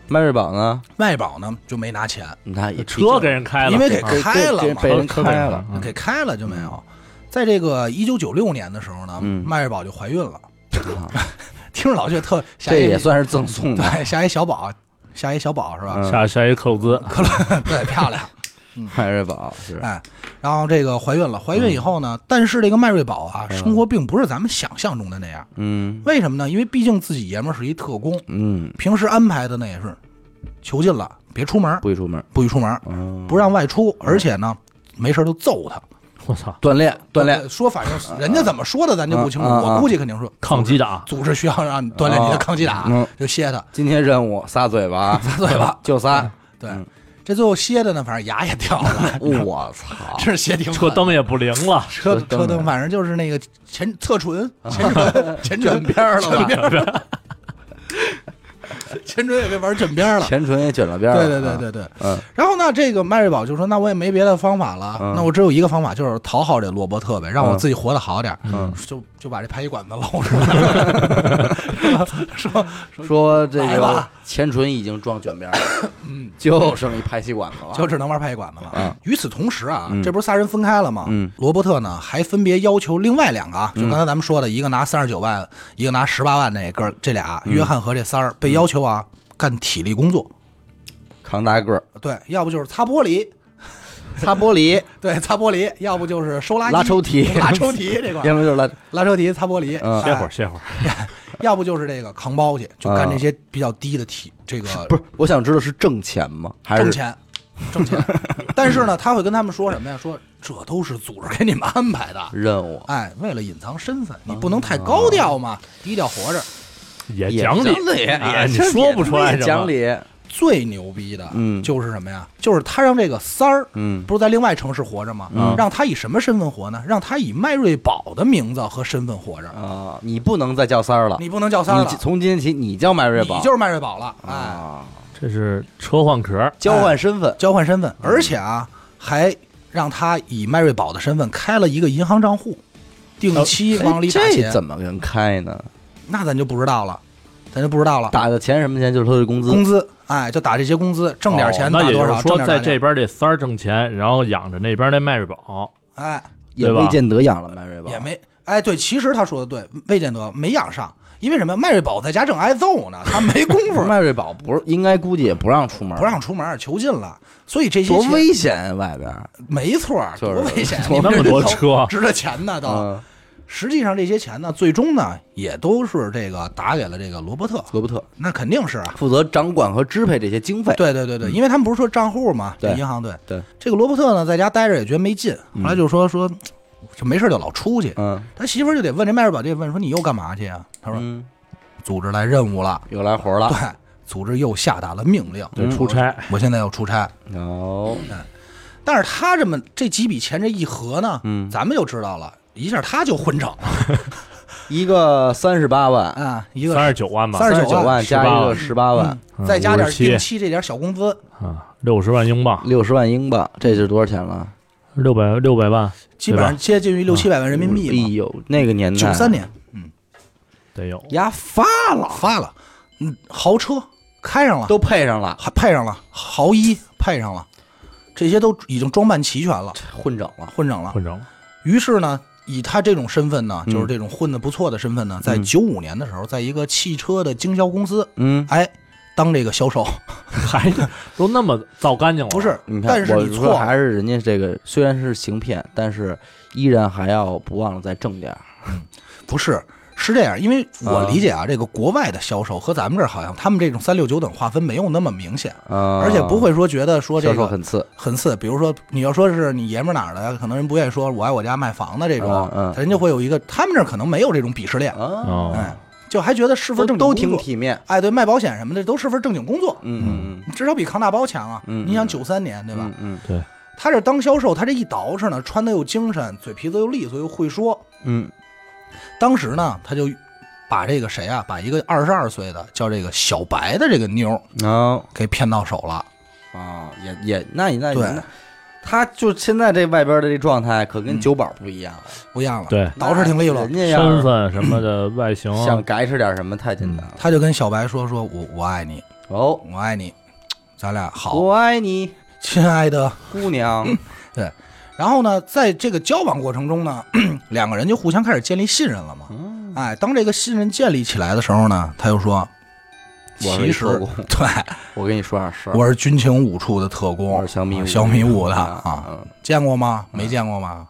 S1: 迈锐宝呢？
S2: 麦宝呢就没拿钱，
S1: 你看也
S3: 车给人开了，
S2: 因为给
S3: 啊
S1: 给
S2: 开了
S1: 给
S2: 嘛
S1: 被人
S3: 车给
S1: 开了，
S3: 嗯
S2: 给开了就没有。在这个一九九六年的时候呢，
S1: 嗯啊
S2: 迈锐宝就怀孕了， [LAUGHS] 听着老觉得特下
S1: 这
S2: 一
S1: 也算是 [LAUGHS] 赠送
S2: [LAUGHS]
S1: 的，
S2: 对下一小宝，下一小宝是吧？
S1: 嗯
S3: 下下一克鲁兹，
S2: 克伦 [LAUGHS] 对漂亮。
S1: 迈锐宝是
S2: 哎，然后这个怀孕了，怀孕以后呢，但是这个迈锐宝啊，
S1: 嗯
S2: 生活并不是咱们想象中的那样。
S1: 嗯
S2: 为什么呢？因为毕竟自己爷们儿是一特工，
S1: 嗯，
S2: 平时安排的那也是囚禁了，别出门，
S1: 不许出门，
S2: 不许出门，
S1: 嗯，
S2: 不让外出，而且呢，没事儿就揍他。
S3: 我操，
S1: 锻炼锻炼，
S2: 呃说反正人家怎么说的，咱就不清楚。
S1: 嗯嗯嗯
S2: 我估计肯定说
S3: 抗击打，
S2: 组织需要让你锻炼你的抗击打，
S1: 嗯
S2: 就歇他。
S1: 今天任务撒嘴巴啊， [LAUGHS]
S2: 撒嘴巴，
S1: 就撒，
S2: 对，
S1: 嗯，
S2: 这最后歇的呢，反正牙也掉了
S1: 嗯
S2: [LAUGHS]
S1: 我操，
S2: 这是歇挺
S3: 车
S2: 狠。
S3: 灯也不灵了，
S2: 车
S1: 车
S2: 车
S1: 灯啊
S2: 灯，反正就是那个前侧唇、
S1: [LAUGHS]
S2: 前唇、前
S1: 卷
S2: 唇
S1: 边儿了吧
S2: 卷边儿了， [LAUGHS] 前唇也被玩卷边儿了。
S1: 前唇也卷了边儿
S2: 对
S1: 了
S2: 对
S1: 啊
S2: 对对对。
S1: 嗯
S2: 然后呢，这个迈锐宝就说：“那我也没别的方法了，
S1: 嗯
S2: 那我只有一个方法，就是讨好这罗伯特呗，让我
S1: 嗯
S2: 自己活得好点儿。
S1: 嗯
S2: 就就把这排气管子露
S1: [LAUGHS]
S2: 出来，说
S1: 说这
S2: 来
S1: 个
S2: 吧
S1: 前唇已经撞卷边儿了，嗯，就剩一排气管子了，啊
S2: 就只能玩排气管子了。
S1: 嗯
S2: 与此同时啊，
S1: 嗯
S2: 这不是仨人分开了吗？
S1: 嗯
S2: 罗伯特呢还分别要求另外两个啊，就刚才咱们说的，一个拿三十九万，一个拿十八万那哥，这俩、啊约翰和这三儿
S1: 嗯
S2: 被要求啊、干体力工作，
S1: 扛大个儿，
S2: 对，要不就是擦玻璃，
S1: 擦玻璃，
S2: 对，擦玻璃，要不就是收垃圾、
S1: 拉抽屉
S2: 拉抽屉这
S1: [LAUGHS]
S2: 块儿，
S1: 要么就是拉，
S2: 拉抽屉、擦玻璃，
S1: 嗯
S3: 歇
S2: 哎
S3: 会儿，歇会儿，
S2: 要不就是这个扛包去，就干
S1: 啊
S2: 这些比较低的体这个
S1: 不是，我想知道是挣钱吗？还是
S2: 挣钱，挣钱。 [LAUGHS] 但是呢，他会跟他们说什么呀？说这都是组织给你们安排的。
S1: 任务？啊
S2: 哎，为了隐藏身份，你不能太高调嘛，低调活着。
S3: 也
S1: 也
S3: 讲理，
S1: 理
S3: 啊
S1: 也
S3: 你
S1: 是
S3: 说
S1: 也
S3: 不出来
S1: 也
S3: 什么
S1: 讲理，
S2: 最牛逼的，
S1: 嗯
S2: 就是什么呀？就是他让这个三儿，
S1: 嗯
S2: 不是在另外城市活着吗？
S1: 嗯
S2: 让他以什么身份活呢？让他以麦瑞宝的名字和身份活着。
S1: 啊，你不能再叫三儿了，
S2: 你不能叫三儿了
S1: 你，从今天起你叫麦瑞宝，
S2: 你就是麦瑞宝了。哎，
S1: 啊，
S3: 这是车换壳儿，
S1: 交换身份，
S2: 交换身
S1: 嗯
S2: 份，而且啊，还让他以麦瑞宝的身份开了一个银行账户，定期
S1: 哎
S2: 往里打
S1: 这
S2: 钱。
S1: 怎么跟开呢？
S2: 那咱就不知道了，咱就不知道了。
S1: 打的钱什么钱？就是他的工资，
S2: 工资，哎，就打这些工资，挣点
S1: 哦
S2: 钱
S3: 哦那
S2: 打
S3: 也
S2: 多
S3: 就
S2: 少，
S3: 是
S2: 挣
S3: 说
S2: 点
S3: 在
S2: 打
S3: 这
S2: 点。
S3: 边这三儿挣钱，然后养着那边那麦瑞宝，
S2: 哎，
S1: 也
S3: 对吧
S1: 未见得养了麦瑞宝，
S2: 也没哎，对，其实他说的对，魏建德没养上，因为什么？麦瑞宝在家正挨揍呢，他没功
S1: [LAUGHS]
S2: 夫，
S1: 麦瑞宝不是应该估计也不让出门，
S2: 不让出门，囚禁了，所以这些
S1: 多
S2: 钱
S1: 危险啊外边儿，
S2: 没错，
S1: 就是
S2: 多危险，
S1: [LAUGHS] 多
S2: 你们
S3: 那么
S2: 这
S3: 多
S2: 都
S3: 车
S2: [LAUGHS] 值了钱呢都。
S1: 嗯，
S2: 实际上这些钱呢，最终呢也都是这个打给了这个罗伯特，
S1: 罗伯特
S2: 那肯定是啊。
S1: 负责掌管和支配这些经费，
S2: 对对对对，因为他们不是说账户嘛，
S1: 嗯对
S2: 银行对
S1: 对。
S2: 这个罗伯特呢，在家待着也觉得没劲，
S1: 嗯
S2: 后来就说说，这没事就老出去。
S1: 嗯
S2: 他媳妇儿就得问这麦瑞宝这问说你又干嘛去啊？他说
S1: 嗯，
S2: 组织来任务了，
S1: 又来活儿了
S2: 对，，组织又下达了命令，
S3: 对，出差，
S2: 我现在要出差。
S1: 哦，
S2: 但是他这么这几笔钱这一合呢，
S1: 嗯
S2: 咱们就知道了，一下他就混整了
S1: 一个三十八万，
S2: 啊，一个
S3: 三十九万吧，
S2: 三
S1: 十
S2: 十
S1: 九
S2: 九
S1: 万
S2: 万
S1: 加一个十八万，
S3: 嗯
S2: 再加点
S3: 57
S2: 定期这点小工资，
S3: 啊，六十万英镑，
S1: 六十万英镑，这是多少钱了？
S3: 六百六百万
S2: 基本上接近于六七百万人民币
S1: 哎
S2: 嘛，
S1: 呦，那个年代，
S2: 九三年，嗯，
S3: 得有，
S1: 呀发了，
S2: 发了，嗯，豪车开上了，
S1: 都配上了，
S2: 还配上了，豪衣配上了，这些都已经装扮齐全了，
S1: 混整了，
S2: 混整了。
S3: 混成了
S2: 于是呢，以他这种身份呢，
S1: 嗯
S2: 就是这种混得不错的身份呢，在
S1: 嗯
S2: 九五年的时候，在一个汽车的经销公司，
S1: 嗯，
S2: 哎，当这个
S1: [LAUGHS]
S2: 销售，
S3: 还都那么造干净
S2: [LAUGHS]
S3: 了，
S2: 不是
S1: 哦嗯你，看
S2: 但，是
S1: 我
S2: 你
S1: 说
S2: 错了，
S1: 还是人家这个虽然是行骗，但是依然还要不忘了再挣点儿，
S2: 不是。是这样，因为我
S1: 啊
S2: 理解啊，这个国外的销售和咱们这儿好像，他们这种三六九等划分没有那么明显，
S1: 啊，
S2: 嗯而且不会说觉得说这
S1: 销售
S2: 个
S1: 很次，
S2: 很次。比如说，你要说是你爷们儿哪儿的，可能人不愿意说我爱我家卖房的这种，
S1: 嗯嗯
S2: 人家会有一个，他们这儿可能没有这种鄙视链，
S1: 啊，
S3: 哦，
S2: 哎，就还觉得是份
S1: 都
S2: 正经
S1: 都
S2: 工
S1: 挺
S2: 作。
S1: 体面，
S2: 哎，对，卖保险什么的都是份正经工作，
S1: 嗯嗯
S2: 至少比扛大包强啊。
S1: 嗯
S2: 你想
S1: 嗯
S2: 九三年对吧？
S1: 嗯嗯
S3: 对，
S2: 他这当销售，他这一捯饬呢，穿的又精神，嘴皮子又利索又会说。
S1: 嗯，
S2: 当时呢，他就把这个谁啊，把一个二十二岁的叫这个小白的这个妞儿
S1: 然后
S2: 给骗到手了。
S1: 啊，嗯哦也也，那你那你
S2: 对
S1: 那，他就现在这外边的这状态，可跟
S2: 嗯
S1: 酒保不一样了，
S2: 不一样了，
S3: 对，
S2: 捯饬挺利落
S1: 人家要
S3: 身
S1: 是
S3: 份什
S2: [CLEARS THROAT]
S3: 么的外形，
S1: 想改吃点什么，太简单了。
S2: 他就跟小白说：“说我我爱你，
S1: 哦，
S2: 我爱你，咱俩好，
S1: 我爱你，
S2: 亲爱的。
S1: 姑
S2: [LAUGHS]
S1: 娘。”
S2: 然后呢，在这个交往过程中呢， [CLEARS THROAT] 两个人就互相开始建立信任了嘛。
S1: 哦
S2: 哎，当这个信任建立起来的时候呢，他又说：“
S1: 我是一
S2: 其实
S1: 特工
S2: [LAUGHS] 对，
S1: 我跟你说点事儿，
S2: 我是军情五处的特工，
S1: 我是小米五
S2: 小米五的啊，
S1: 啊，
S2: 见过吗？没见过吗？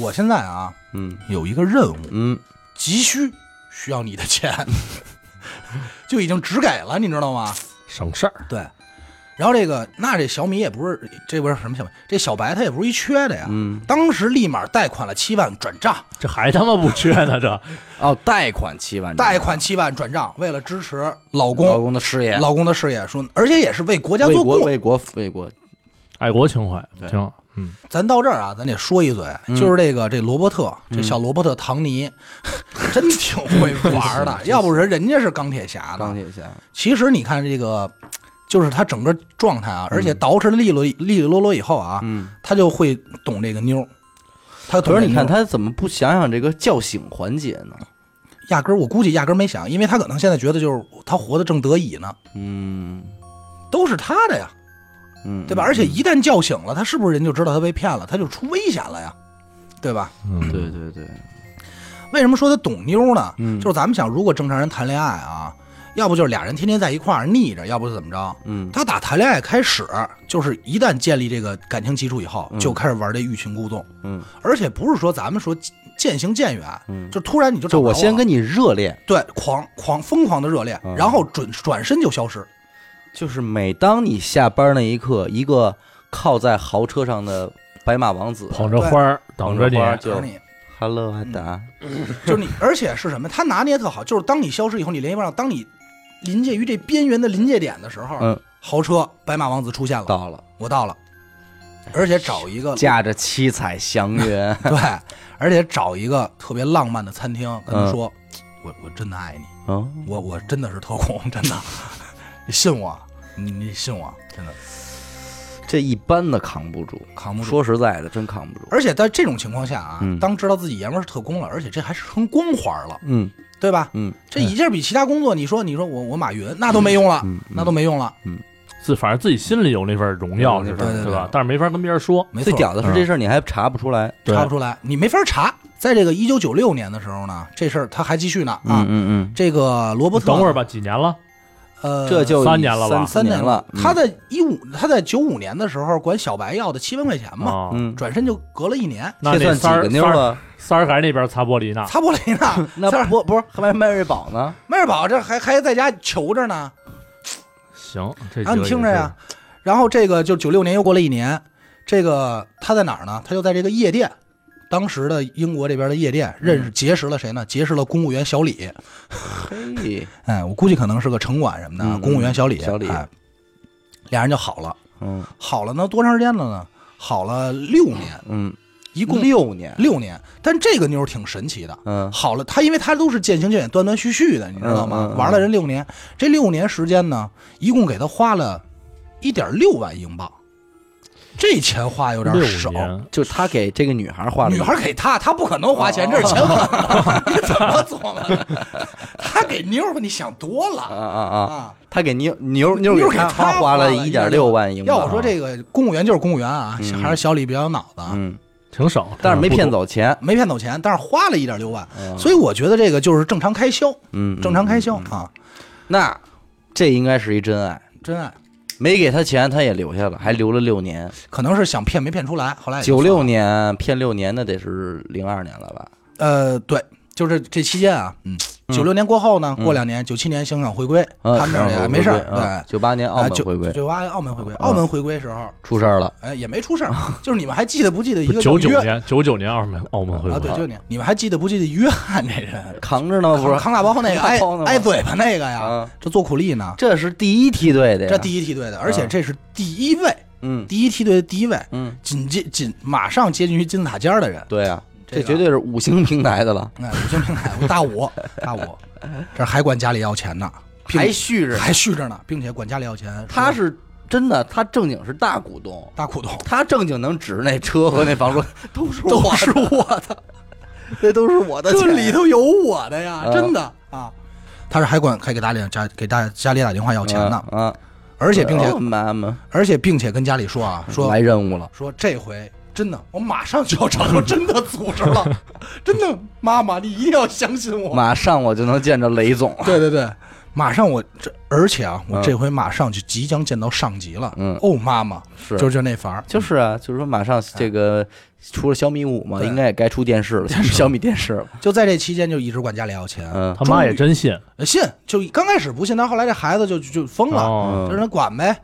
S2: 我现在啊
S1: 嗯
S2: 有一个任务，
S1: 嗯，
S2: 急需需要你的钱， [LAUGHS] 就已经只给了，你知道吗？
S3: 省事儿，
S2: 对。然后这个，那这小米也不是，这不是什么小米，这小白他也不是一缺的呀。
S1: 嗯
S2: 当时立马贷款了七万转账，
S3: 这还他妈不缺呢，这
S1: 哦，贷款七万，
S2: 贷款七万转账，为了支持老
S1: 老
S2: 公
S1: 公的事业，
S2: 老公的事业，说，而且也是为国家
S1: 为
S2: 做
S1: 国
S2: 贡。
S1: 为国为国，
S3: 爱国情怀
S1: 对，
S3: 行，嗯，
S2: 咱到这儿啊，咱得说一嘴，
S1: 嗯
S2: 就是这个这罗伯特，这小罗伯特唐尼， [LAUGHS] 真挺会玩
S1: [LAUGHS]
S2: 的。要不是人家是钢铁侠
S1: 钢
S2: 呢，
S1: 铁侠，
S2: 其实你看这个，就是他整个状态啊，而且捯饬得利落利利落落以后啊，
S1: 嗯。
S2: 他就会懂这个妞儿。他懂
S1: 可
S2: 这
S1: 是你
S2: 妞儿
S1: 看他怎么不想想这个叫醒环节呢？
S2: 压根儿，我估计压根儿没想，因为他可能现在觉得就是他活得正得意呢，
S1: 嗯
S2: 都是他的呀。
S1: 嗯，
S2: 对吧？而且一旦叫醒了，他是不是人就知道他被骗了，他就出危险了呀，对吧？
S3: 嗯
S1: 对，对对，
S2: 为什么说他懂妞呢？
S1: 嗯
S2: 就是咱们想，如果正常人谈恋爱啊，要不就是俩人天天在一块儿腻着，要不就怎么着。
S1: 嗯
S2: 他打谈恋爱开始，就是一旦建立这个感情基础以后
S1: 嗯，
S2: 就开始玩这欲擒故纵，
S1: 嗯
S2: 而且不是说咱们说渐行渐远，
S1: 嗯，
S2: 就突然你就找
S1: 就
S2: 不着
S1: 我
S2: 我
S1: 先跟你热恋，
S2: 对狂狂疯狂的热恋
S1: 嗯，
S2: 然后转转身就消失，
S1: 就是每当你下班那一刻，一个靠在豪车上的白马王子
S3: 捧着花儿等着
S1: 捧着花儿
S3: 你，
S1: 就
S2: 而你
S1: Hello，阿达，
S2: 就是你，而且是什么？他拿捏特好，就是当你消失以后，你联系不上，当你临界于这边缘的临界点的时候，
S1: 嗯，
S2: 豪车白马王子出现了，
S1: 到了，
S2: 我到了，而且找一
S1: [LAUGHS]
S2: 个
S1: 驾着七彩祥云，
S2: 对，而且找一个特别浪漫的餐厅，跟他说，我我真的爱你，
S1: 嗯，
S2: 我我真的是特工，真的， [LAUGHS] 你信我，你你信我，真的
S1: 这一般的扛不住。
S2: 扛不住。
S1: 说实在的，真扛不住。
S2: 而且在这种情况下啊，
S1: 嗯
S2: 当知道自己爷们儿是特工了，而且这还是成光环了，
S1: 嗯
S2: 对吧？
S1: 嗯，
S2: 这一下比其他工作，你说你说我我马云那都没用了，
S1: 嗯嗯
S2: 那都没用了。
S3: 自反正自己心里有那份荣耀，
S1: 对
S3: 是
S1: 对
S3: 吧？
S2: 对对
S3: 对吧？但是没法跟别人说，
S2: 没
S1: 最
S2: 错，
S1: 屌的是这事儿你还查不出来
S3: 对
S2: 查不出来，你没法查。在这个一九九六年的时候呢，这事儿他还继续呢啊。
S1: 嗯嗯
S2: 这个罗伯特，
S3: 等会儿，吧，几年了？
S2: 呃，
S1: 嗯，这就
S3: 三年了吧
S1: 三
S2: 三
S1: 四年了。嗯
S2: 他在一五，他在九五年的时候管小白要的七万块钱嘛，
S3: 啊，
S1: 嗯，
S2: 转身就隔了一年。
S3: 那
S1: 这
S3: 那
S1: 算几
S3: 三儿
S1: 个妞啊
S3: 三儿
S1: 了？，
S3: 三儿还是那边擦玻璃呢？
S2: 擦玻璃呢
S1: 啊 [LAUGHS] 那
S2: 三儿
S1: 不不是还卖迈锐宝呢？
S2: 迈锐宝这还还在家求着呢。
S3: 行，这
S2: 然后你
S3: 几个
S2: 听着
S3: 也是
S2: 呀，然后这个就九六年又过了一年，这个他在哪儿呢？他就在这个夜店，当时的英国这边的夜店认
S1: 嗯
S2: 识结识了谁呢？结识了公务员小李。
S1: 嘿，
S2: 哎，我估计可能是个城管什么的啊，
S1: 嗯
S2: 公务员小李。
S1: 小李
S2: 哎，俩人就好了，
S1: 嗯
S2: 好了呢多长时间了呢？好了六年，
S1: 嗯，
S2: 一共
S1: 六年，
S2: 六年。但这个妞儿挺神奇的。
S1: 嗯
S2: 好了，他因为他都是渐行渐远、断断续续的，你知道
S1: 嗯
S2: 吗
S1: 嗯？嗯
S2: 玩了人六年，这六年时间呢，一共给他花了一点六万英镑，这钱花有点
S3: 六
S2: 少。
S3: 年，
S1: 就他给这个女孩画了，哦
S2: 女孩给他，他不可能花钱，这是钱花的， [LAUGHS] 你怎么琢磨的？ [LAUGHS] 他给妞儿吧，你想多
S1: 啊
S2: 了
S1: 啊啊，
S2: 啊！
S1: 他给妞妞
S2: 妞
S1: 给
S2: 给他
S1: 花
S2: 花
S1: 了
S2: 了
S1: 一点六万英镑。
S2: 要我说，这个公务员就是公务员啊，
S1: 嗯
S2: 还是小李比较有脑子啊，
S1: 嗯，
S3: 挺省，
S1: 但是没骗
S3: 嗯不多。
S1: 走钱，
S2: 没骗走钱，但是花了一点六万，
S1: 嗯
S2: 所以我觉得这个就是正常开销，
S1: 嗯，嗯
S2: 正常开。销
S1: 嗯
S2: 啊，
S1: 那这应该是一真爱，
S2: 真爱。
S1: 没给他钱，他也留下了，还留了六年。
S2: 可能是想骗没骗出来，后来也就
S1: 九
S2: 算了
S1: 六年骗六年，那得是零二年了吧？
S2: 呃，对，就是这期间啊，嗯，九六年过后呢，过两年，九七年香港回归，
S1: 嗯
S2: 他们那儿也没事儿，对，
S1: 九八年澳
S2: 啊，
S1: 门
S2: 九
S1: 回归
S2: 九八澳门回
S1: 啊
S2: 归，澳门回归时候，
S1: 出事儿了，
S2: 哎，也没出
S1: [LAUGHS]
S2: 事儿，就是你们还记得不记得一
S3: 不
S2: 个
S3: 九
S2: 叫
S3: 九
S2: 约
S3: 年，九九年澳门澳门会
S2: 啊？
S3: 不
S2: 对，
S3: 会？
S2: 九九年，你们还记得不记得约翰这人？
S1: 扛着呢，啊不是？
S2: 扛大包那个
S1: 扛
S2: 挨
S1: 大包呢
S2: 挨嘴巴那个呀
S1: 啊，
S2: 这做苦力呢，
S1: 这是第一梯队的呀，
S2: 这第一梯队的，而且这是第一位，
S1: 嗯
S2: 第一梯队的第一位，
S1: 嗯，
S2: 紧接紧马上接近于金字塔尖儿的人，
S1: 对啊，
S2: 这个
S1: 这绝对是五星平台的了，
S2: 哎，五星平台，我大五，
S1: [LAUGHS]
S2: 大五，这还管家里要钱呢，并
S1: 还续着呢，
S2: 还续着呢，并且管家里要钱。
S1: 他
S2: 说
S1: 是真的，他正经是大股东，
S2: 大股东，
S1: 他正经能指着那车和那房说 [LAUGHS] 都是
S2: 都
S1: 我
S2: 是我
S1: [LAUGHS]
S2: 的，
S1: 这都是我的
S2: 这
S1: 钱，
S2: 里头有我的呀，
S1: 嗯
S2: 真的啊。他是还管还给家里家给大家里打电话要钱呢，
S1: 嗯啊，
S2: 而且并且
S1: 哦妈妈
S2: 而且并且跟家里说啊，说
S1: 来任务了，
S2: 说这回真的，我马上就要找到真的组
S1: [LAUGHS]
S2: 织了，真的，妈妈，你一定要相信我。
S1: 马上我就能见着雷总了，
S2: [LAUGHS] 对对对，马上我这而且啊，我
S1: 嗯
S2: 这回马上就即将见到上级了。
S1: 嗯
S2: 哦，妈妈，
S1: 是
S2: 就就那法儿，
S1: 就是啊，就是说马上这个除了小米五嘛，
S2: 对
S1: 应该也该出电
S2: [LAUGHS]
S1: 视了，小米电视了，
S2: 就在这期间就一直管家里要钱。
S1: 嗯
S3: 他妈也真信
S2: 呃信，就刚开始不信，但后来这孩子就就就疯了，
S3: 哦
S1: 嗯
S2: 就让他管呗。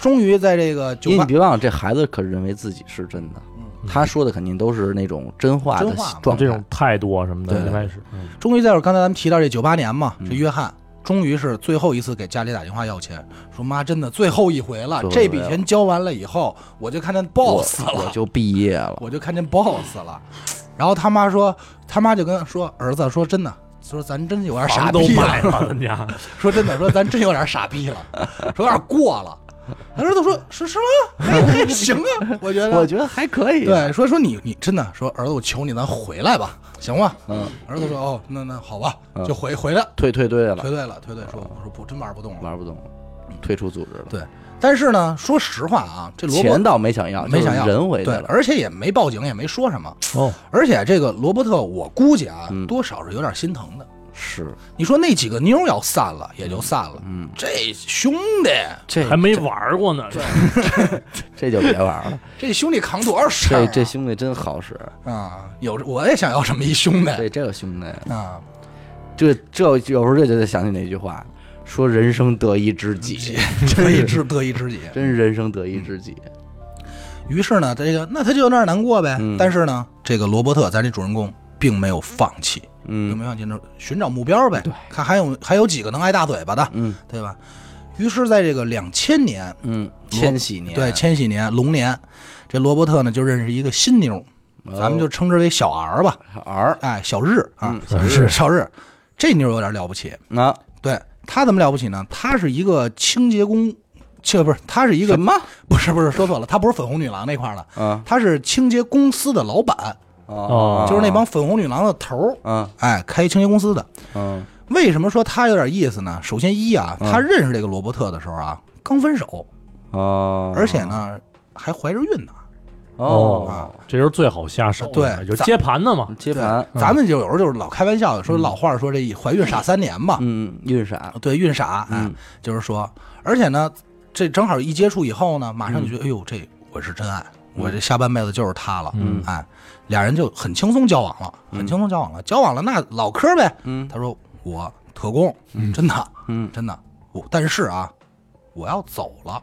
S2: 终于在这个
S1: 因
S2: 酒
S1: 为
S2: 吧
S1: 你，别忘了，这孩子可认为自己是真的，他说的肯定都是那种真话的
S2: 嗯真话嘛
S1: 状态。
S3: 这种态度啊什么的，
S1: 对
S3: 应该是嗯
S2: 终于在我刚才咱们提到这九八年嘛，
S1: 嗯
S2: 这约翰终于是最后一次给家里打电话要钱，说妈，真的最后一回
S1: 最
S2: 了，
S1: 后一
S2: 这
S1: 回
S2: 笔钱交完了以后，我就看见
S1: 我
S2: boss 了，
S1: 我就毕业了。
S2: 我就看见 boss 了。然后他妈说，他妈就跟他说儿子说真的，说咱真有点傻
S3: 房都
S2: 逼啊了，
S3: 卖
S2: [LAUGHS]
S3: 了，人家
S2: 说真的，说咱真有点
S1: [LAUGHS]
S2: 傻逼了，说有点过了。他儿子说是是吗？嘿嘿，行啊， [LAUGHS]
S1: [LAUGHS]
S2: 我觉得
S1: 我觉得还可以。，
S2: 对，说说你你真的说儿子，我求你咱回来吧，行吗？
S1: 嗯，
S2: 儿子说哦，那那好吧，
S1: 嗯
S2: 就回回来
S1: 退退队了，
S2: 退队了，退队说我说不真玩不动了。
S1: 玩不动了，退出组织了。
S2: 对，但是呢，说实话啊，这罗
S1: 钱
S2: 伯啊
S1: 倒没想要，
S2: 没想要
S1: 就是人回去
S2: 对，
S1: 了。
S2: 而且也没报警，也没说什么。
S3: 哦，
S2: 而且这个罗伯特，我估计啊
S1: 嗯，
S2: 多少是有点心疼的。
S1: 是，
S2: 你说那几个妞要散了，也就散了。
S1: 嗯，
S2: 这兄弟，
S1: 这
S3: 还没玩过呢，
S1: 这就别
S2: [LAUGHS]
S1: 玩了。
S2: 这兄弟扛多少事儿
S1: 这
S2: 啊？
S1: 这兄弟真好使，
S2: 啊，有我也想要这么一兄弟
S1: 这这个兄弟， [LAUGHS]
S2: 啊，
S1: 这这有时候这就得想起那句话，说人生得一知
S2: 嗯
S1: 己，
S2: 得一知得一知己。
S1: [LAUGHS] 真人生得一知己。
S2: 于是呢，这个那他就有点难过呗。
S1: 嗯
S2: 但是呢，这个罗伯特，咱这主人公并没有放弃，并
S1: 嗯
S2: 没有放弃，那寻找目标呗，看还有还有几个能挨大嘴巴的，
S1: 嗯
S2: 对吧？于是，在这个两千年，
S1: 嗯，千禧年
S2: 对，千禧年龙年，这罗伯特呢就认识一个新妞，咱们就称之为小 R 吧，
S1: 哦儿
S2: 哎，小日啊
S1: 嗯，
S2: 小日小日，这妞有点了不起。
S1: 啊
S2: 对她怎么了不起呢？她是一个清洁工，这不是，她是一个
S1: 什么
S2: 不是不是说错了，她不是粉红女郎那块儿的，
S1: 啊
S2: 她是清洁公司的老板，
S1: 哦
S2: 就是那帮粉红女郎的头儿，
S1: 嗯
S2: 哎，开清洁公司的。
S1: 嗯
S2: 为什么说她有点意思呢？首先一啊，她认识这个罗伯特的时候啊，刚分手，
S1: 哦，
S2: 而且呢还怀着孕呢。
S1: 哦，
S3: 这时候最好下手了，
S2: 对
S3: 就接盘的嘛，
S1: 接
S2: 对
S1: 盘，嗯
S2: 咱们就有时候就是老开玩笑说老话说这怀孕傻三年嘛，
S1: 嗯，运傻，
S2: 对，孕傻，哎，
S1: 嗯
S2: 就是说，而且呢，这正好一接触以后呢，马上就
S1: 嗯
S2: 觉得，哎呦，这我是真爱，我这下半辈子就是他了，
S3: 嗯
S2: 哎，俩人就很轻松交往了，很轻松交往了，交往了那唠嗑呗，
S1: 嗯
S2: 他说我特工，真的，
S1: 嗯
S2: 真的，我但是啊，我要走了，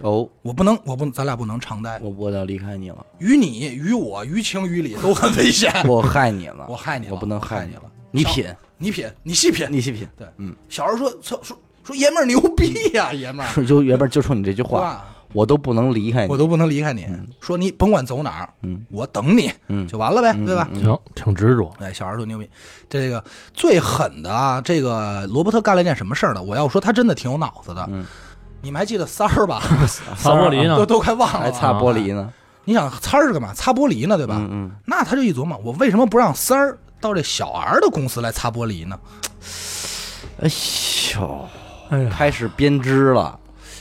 S1: 哦，
S2: 我不能，我不，咱俩不能常待，
S1: 我我要离开你了，
S2: 于你、于我、于情于理都很危险，
S1: 我害你了，
S2: [LAUGHS] 我害你了
S1: 我不能害
S2: 我害你了，
S1: 你品，
S2: 你品，你细品，
S1: 你细品，
S2: 对
S1: 嗯，
S2: 小孩说说说说爷们儿牛逼呀、爷们儿。
S1: 是就原本就冲你这句话，
S2: 哇
S1: 我都不能离开
S2: 我
S1: 你，
S2: 都不能离开你。说你甭管走哪儿，
S1: 嗯
S2: 我等你，
S1: 嗯
S2: 就完了呗，对吧？
S3: 行，挺执着，
S2: 哎，小孩儿多牛逼！这个最狠的啊，这个罗伯特干了一件什么事儿呢？我要说他真的挺有脑子的。
S1: 嗯啊
S2: 你们还记得三
S1: [LAUGHS]
S2: 儿吧？
S3: 擦玻璃
S2: 都
S3: 呢，
S2: 都快忘了。啊
S1: 还擦玻璃呢，
S2: 你想三儿是干嘛？擦玻璃呢，对吧？
S1: 嗯嗯，
S2: 那他就一琢磨，我为什么不让三儿到这小 R 的公司来擦玻璃呢？啊
S1: 哎呦，
S3: 哎呀，
S1: 开始编织了，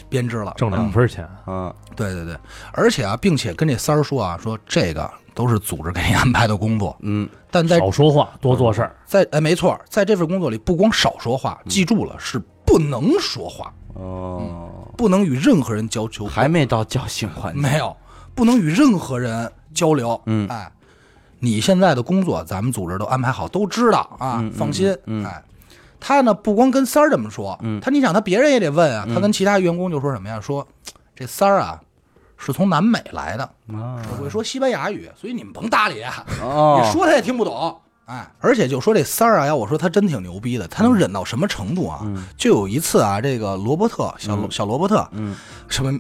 S2: 编织了，
S3: 挣两分钱，
S1: 嗯，
S2: 对对对，而且啊，并且跟这三儿说啊，说这个都是组织给你安排的工作，
S1: 嗯，
S2: 但在
S3: 少说话，多做事儿，
S2: 在哎，没错，在这份工作里，不光少说话，
S1: 嗯
S2: 记住了是不能说话，
S1: 哦，
S2: 不能与任何人交流，
S1: 还没到叫醒环节，
S2: 没有，不能与任何人交流。
S1: 嗯
S2: 哎，你现在的工作，咱们组织都安排好，都知道啊，
S1: 嗯
S2: 放心。哎，他呢不光跟三儿这么说，
S1: 嗯
S2: 他你想他别人也得问啊，他跟其他员工就说什么呀？说这三儿啊是从南美来的，
S1: 啊
S2: 只会说西班牙语，所以你们甭搭理啊他。
S1: 哦，
S2: 你说他也听不懂。哎，而且就说这三儿啊，要我说他真挺牛逼的，他能
S1: 嗯
S2: 忍到什么程度啊？就有一次啊，这个罗伯特小罗、小罗伯特，嗯， [LAUGHS] 什么，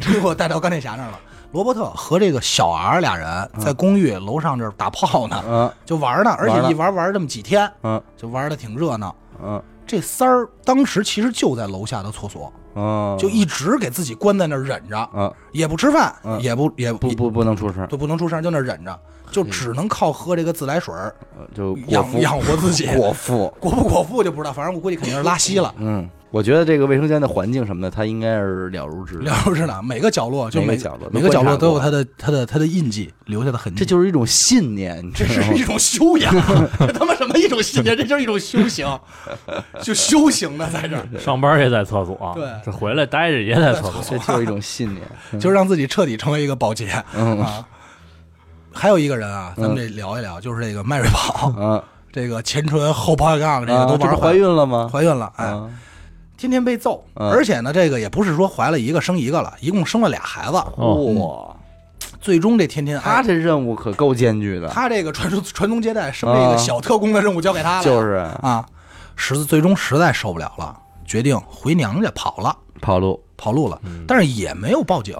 S2: 这给我带到钢铁侠那儿了。罗伯特和这个小 R 俩人在公寓楼上这儿打炮呢，
S1: 嗯
S2: [LAUGHS] 就玩呢，而
S1: 玩
S2: 且
S1: 呢
S2: 一玩玩这么几天，
S1: 嗯
S2: 就玩的挺热闹。
S1: 嗯
S2: 这三儿当时其实就在楼下的厕所，
S1: 嗯，
S2: 就一直给自己关在那儿忍着，
S1: 嗯，
S2: 也不吃饭，
S1: 嗯
S2: 也不也
S1: 不不不能出声，
S2: 就不能出声，就那儿忍着，就
S1: 嗯
S2: 只能靠喝这个自来水儿
S1: 呃就果
S2: 养
S1: 腹
S2: 养活自
S1: [LAUGHS]
S2: 己。
S1: 果腹，。
S2: 果不果腹就不知道，反正我估计肯定是拉稀了
S1: 嗯，我觉得这个卫生间的环境什么的，他应该是了如指掌。
S2: [LAUGHS] 了不知道，每个角落就
S1: 每个
S2: 每
S1: 角落
S2: 每个角落
S1: 都
S2: 都
S1: 观
S2: 有
S1: 察
S2: 他的他的他的印记留下的痕迹。
S1: 这就是一种信念，你知
S2: [LAUGHS] 这
S1: 道吗
S2: 是一种修养，这他妈什么一种信念？这就是一种修行，就修行呢，在
S1: [LAUGHS]
S2: 这儿
S3: 上班也在厕所，
S2: 对
S3: 这回来待着也在厕
S1: [LAUGHS] 这
S3: 所，
S1: 就是一种信
S2: [LAUGHS]
S1: 念。
S2: 就是让自己彻底成为一个保洁
S1: 嗯
S2: 啊。还有一个人啊，咱们得聊一聊，就是这个迈锐宝，
S1: 啊
S2: 这个前唇后保险杠，这个
S1: 啊，
S2: 都
S1: 这
S2: 玩
S1: 不怀孕了吗？
S2: 怀孕了，哎，
S1: 啊，
S2: 天天被揍，
S1: 嗯
S2: 而且呢，这个也不是说怀了一个生一个了，一共生了俩孩子，
S3: 哦
S2: 嗯
S1: 哇，
S2: 最终这天天
S1: 他
S2: 哎
S1: 这任务可够艰巨的，嗯
S2: 他这个传宗传宗接代，生这个小特工的任务交给他了，
S1: 就是
S2: 啊，十字最终实在受不了了，决定回娘家跑了，
S1: 跑路。
S2: 跑路了，
S1: 嗯
S2: 但是也没有报警，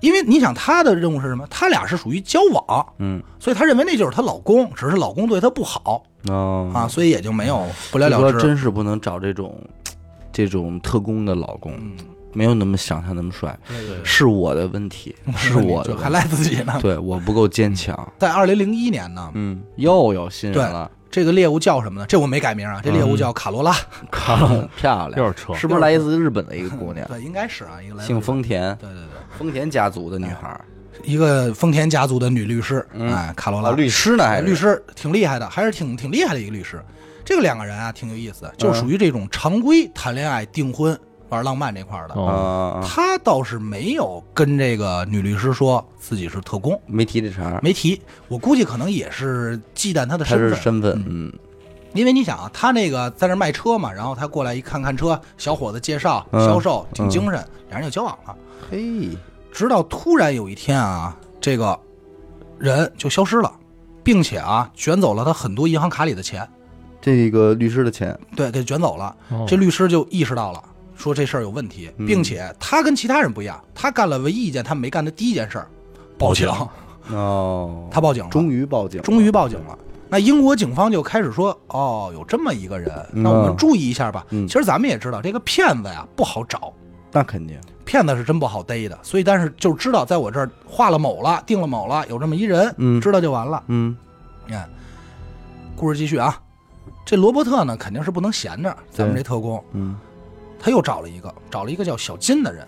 S2: 因为你想他的任务是什么？他俩是属于交往，
S1: 嗯，
S2: 所以她认为那就是她老公，只是老公对她不好
S1: 哦，
S2: 啊，所以也就没有不了
S1: 就说
S2: 了之。
S1: 真是不能找这种这种特工的老公，
S2: 嗯
S1: 没有那么想象那么帅，
S2: 对对对
S1: 是我的问题，是我的
S2: 就还
S1: 问
S2: 赖自己呢
S1: 题，。对我不够坚强。
S2: 在二零零一年呢，
S1: 嗯，又有新人了，
S2: 这个猎物叫什么呢？这我没改名
S1: 嗯
S2: 啊，这猎物叫卡罗拉，
S1: 看漂
S3: 又
S1: 亮，
S3: 是车，
S1: 是不是来自日本的一个姑娘，
S2: [LAUGHS] 对，应该是啊，一个来
S1: 嗯
S2: 自
S1: 姓，丰田，
S2: 对对对，
S1: 丰田家族的女孩儿，
S2: 一个丰田家族的女律师，哎，卡罗拉，
S1: 哦律师呢还
S2: 哎
S1: 是
S2: 律师挺厉害的，还是挺挺厉害的一个律师。这个两个人啊，挺有意
S1: 嗯
S2: 思的，就属于这种常规谈恋爱、订婚、玩浪漫这块儿的。
S1: 啊
S3: 哦，
S1: 啊，啊
S2: 他倒是没有跟这个女律师说自己是特工，
S1: 没提这茬儿，
S2: 没提。我估计可能也是忌惮他的
S1: 他
S2: 身
S1: 是
S2: 份，
S1: 身份，嗯
S2: 因为你想啊，他那个在那儿卖车嘛，然后他过来一看看车，小伙子介绍、
S1: 嗯
S2: 销售挺精神，俩人就交往了。
S1: 嘿，
S2: 直到突然有一天啊，这个人就消失了，并且啊卷走了他很多银行卡里的钱，
S1: 这个律师的钱，
S2: 对，给卷走了。
S3: 哦
S2: 这律师就意识到了，说这事儿有问题，
S1: 嗯
S2: 并且他跟其他人不一样，他干了唯一一件他没干的第一件事儿，报警，
S1: 哦，
S2: 他报警了，
S1: 终于报警了，
S2: 终于报警了。那英国警方就开始说，哦，有这么一个人，那我们注意一下吧。
S1: 嗯
S2: 其实咱们也知道，这个骗子呀不好找，
S1: 那肯定，
S2: 骗子是真不好逮的。所以，但是就知道在我这儿画了某了，定了某了，有这么一人，
S1: 嗯
S2: 知道就完了。
S1: 嗯，
S2: 你看，故事继续啊。这罗伯特呢，肯定是不能闲着。咱们这特工，
S1: 嗯，
S2: 他又找了一个，找了一个叫小金的人。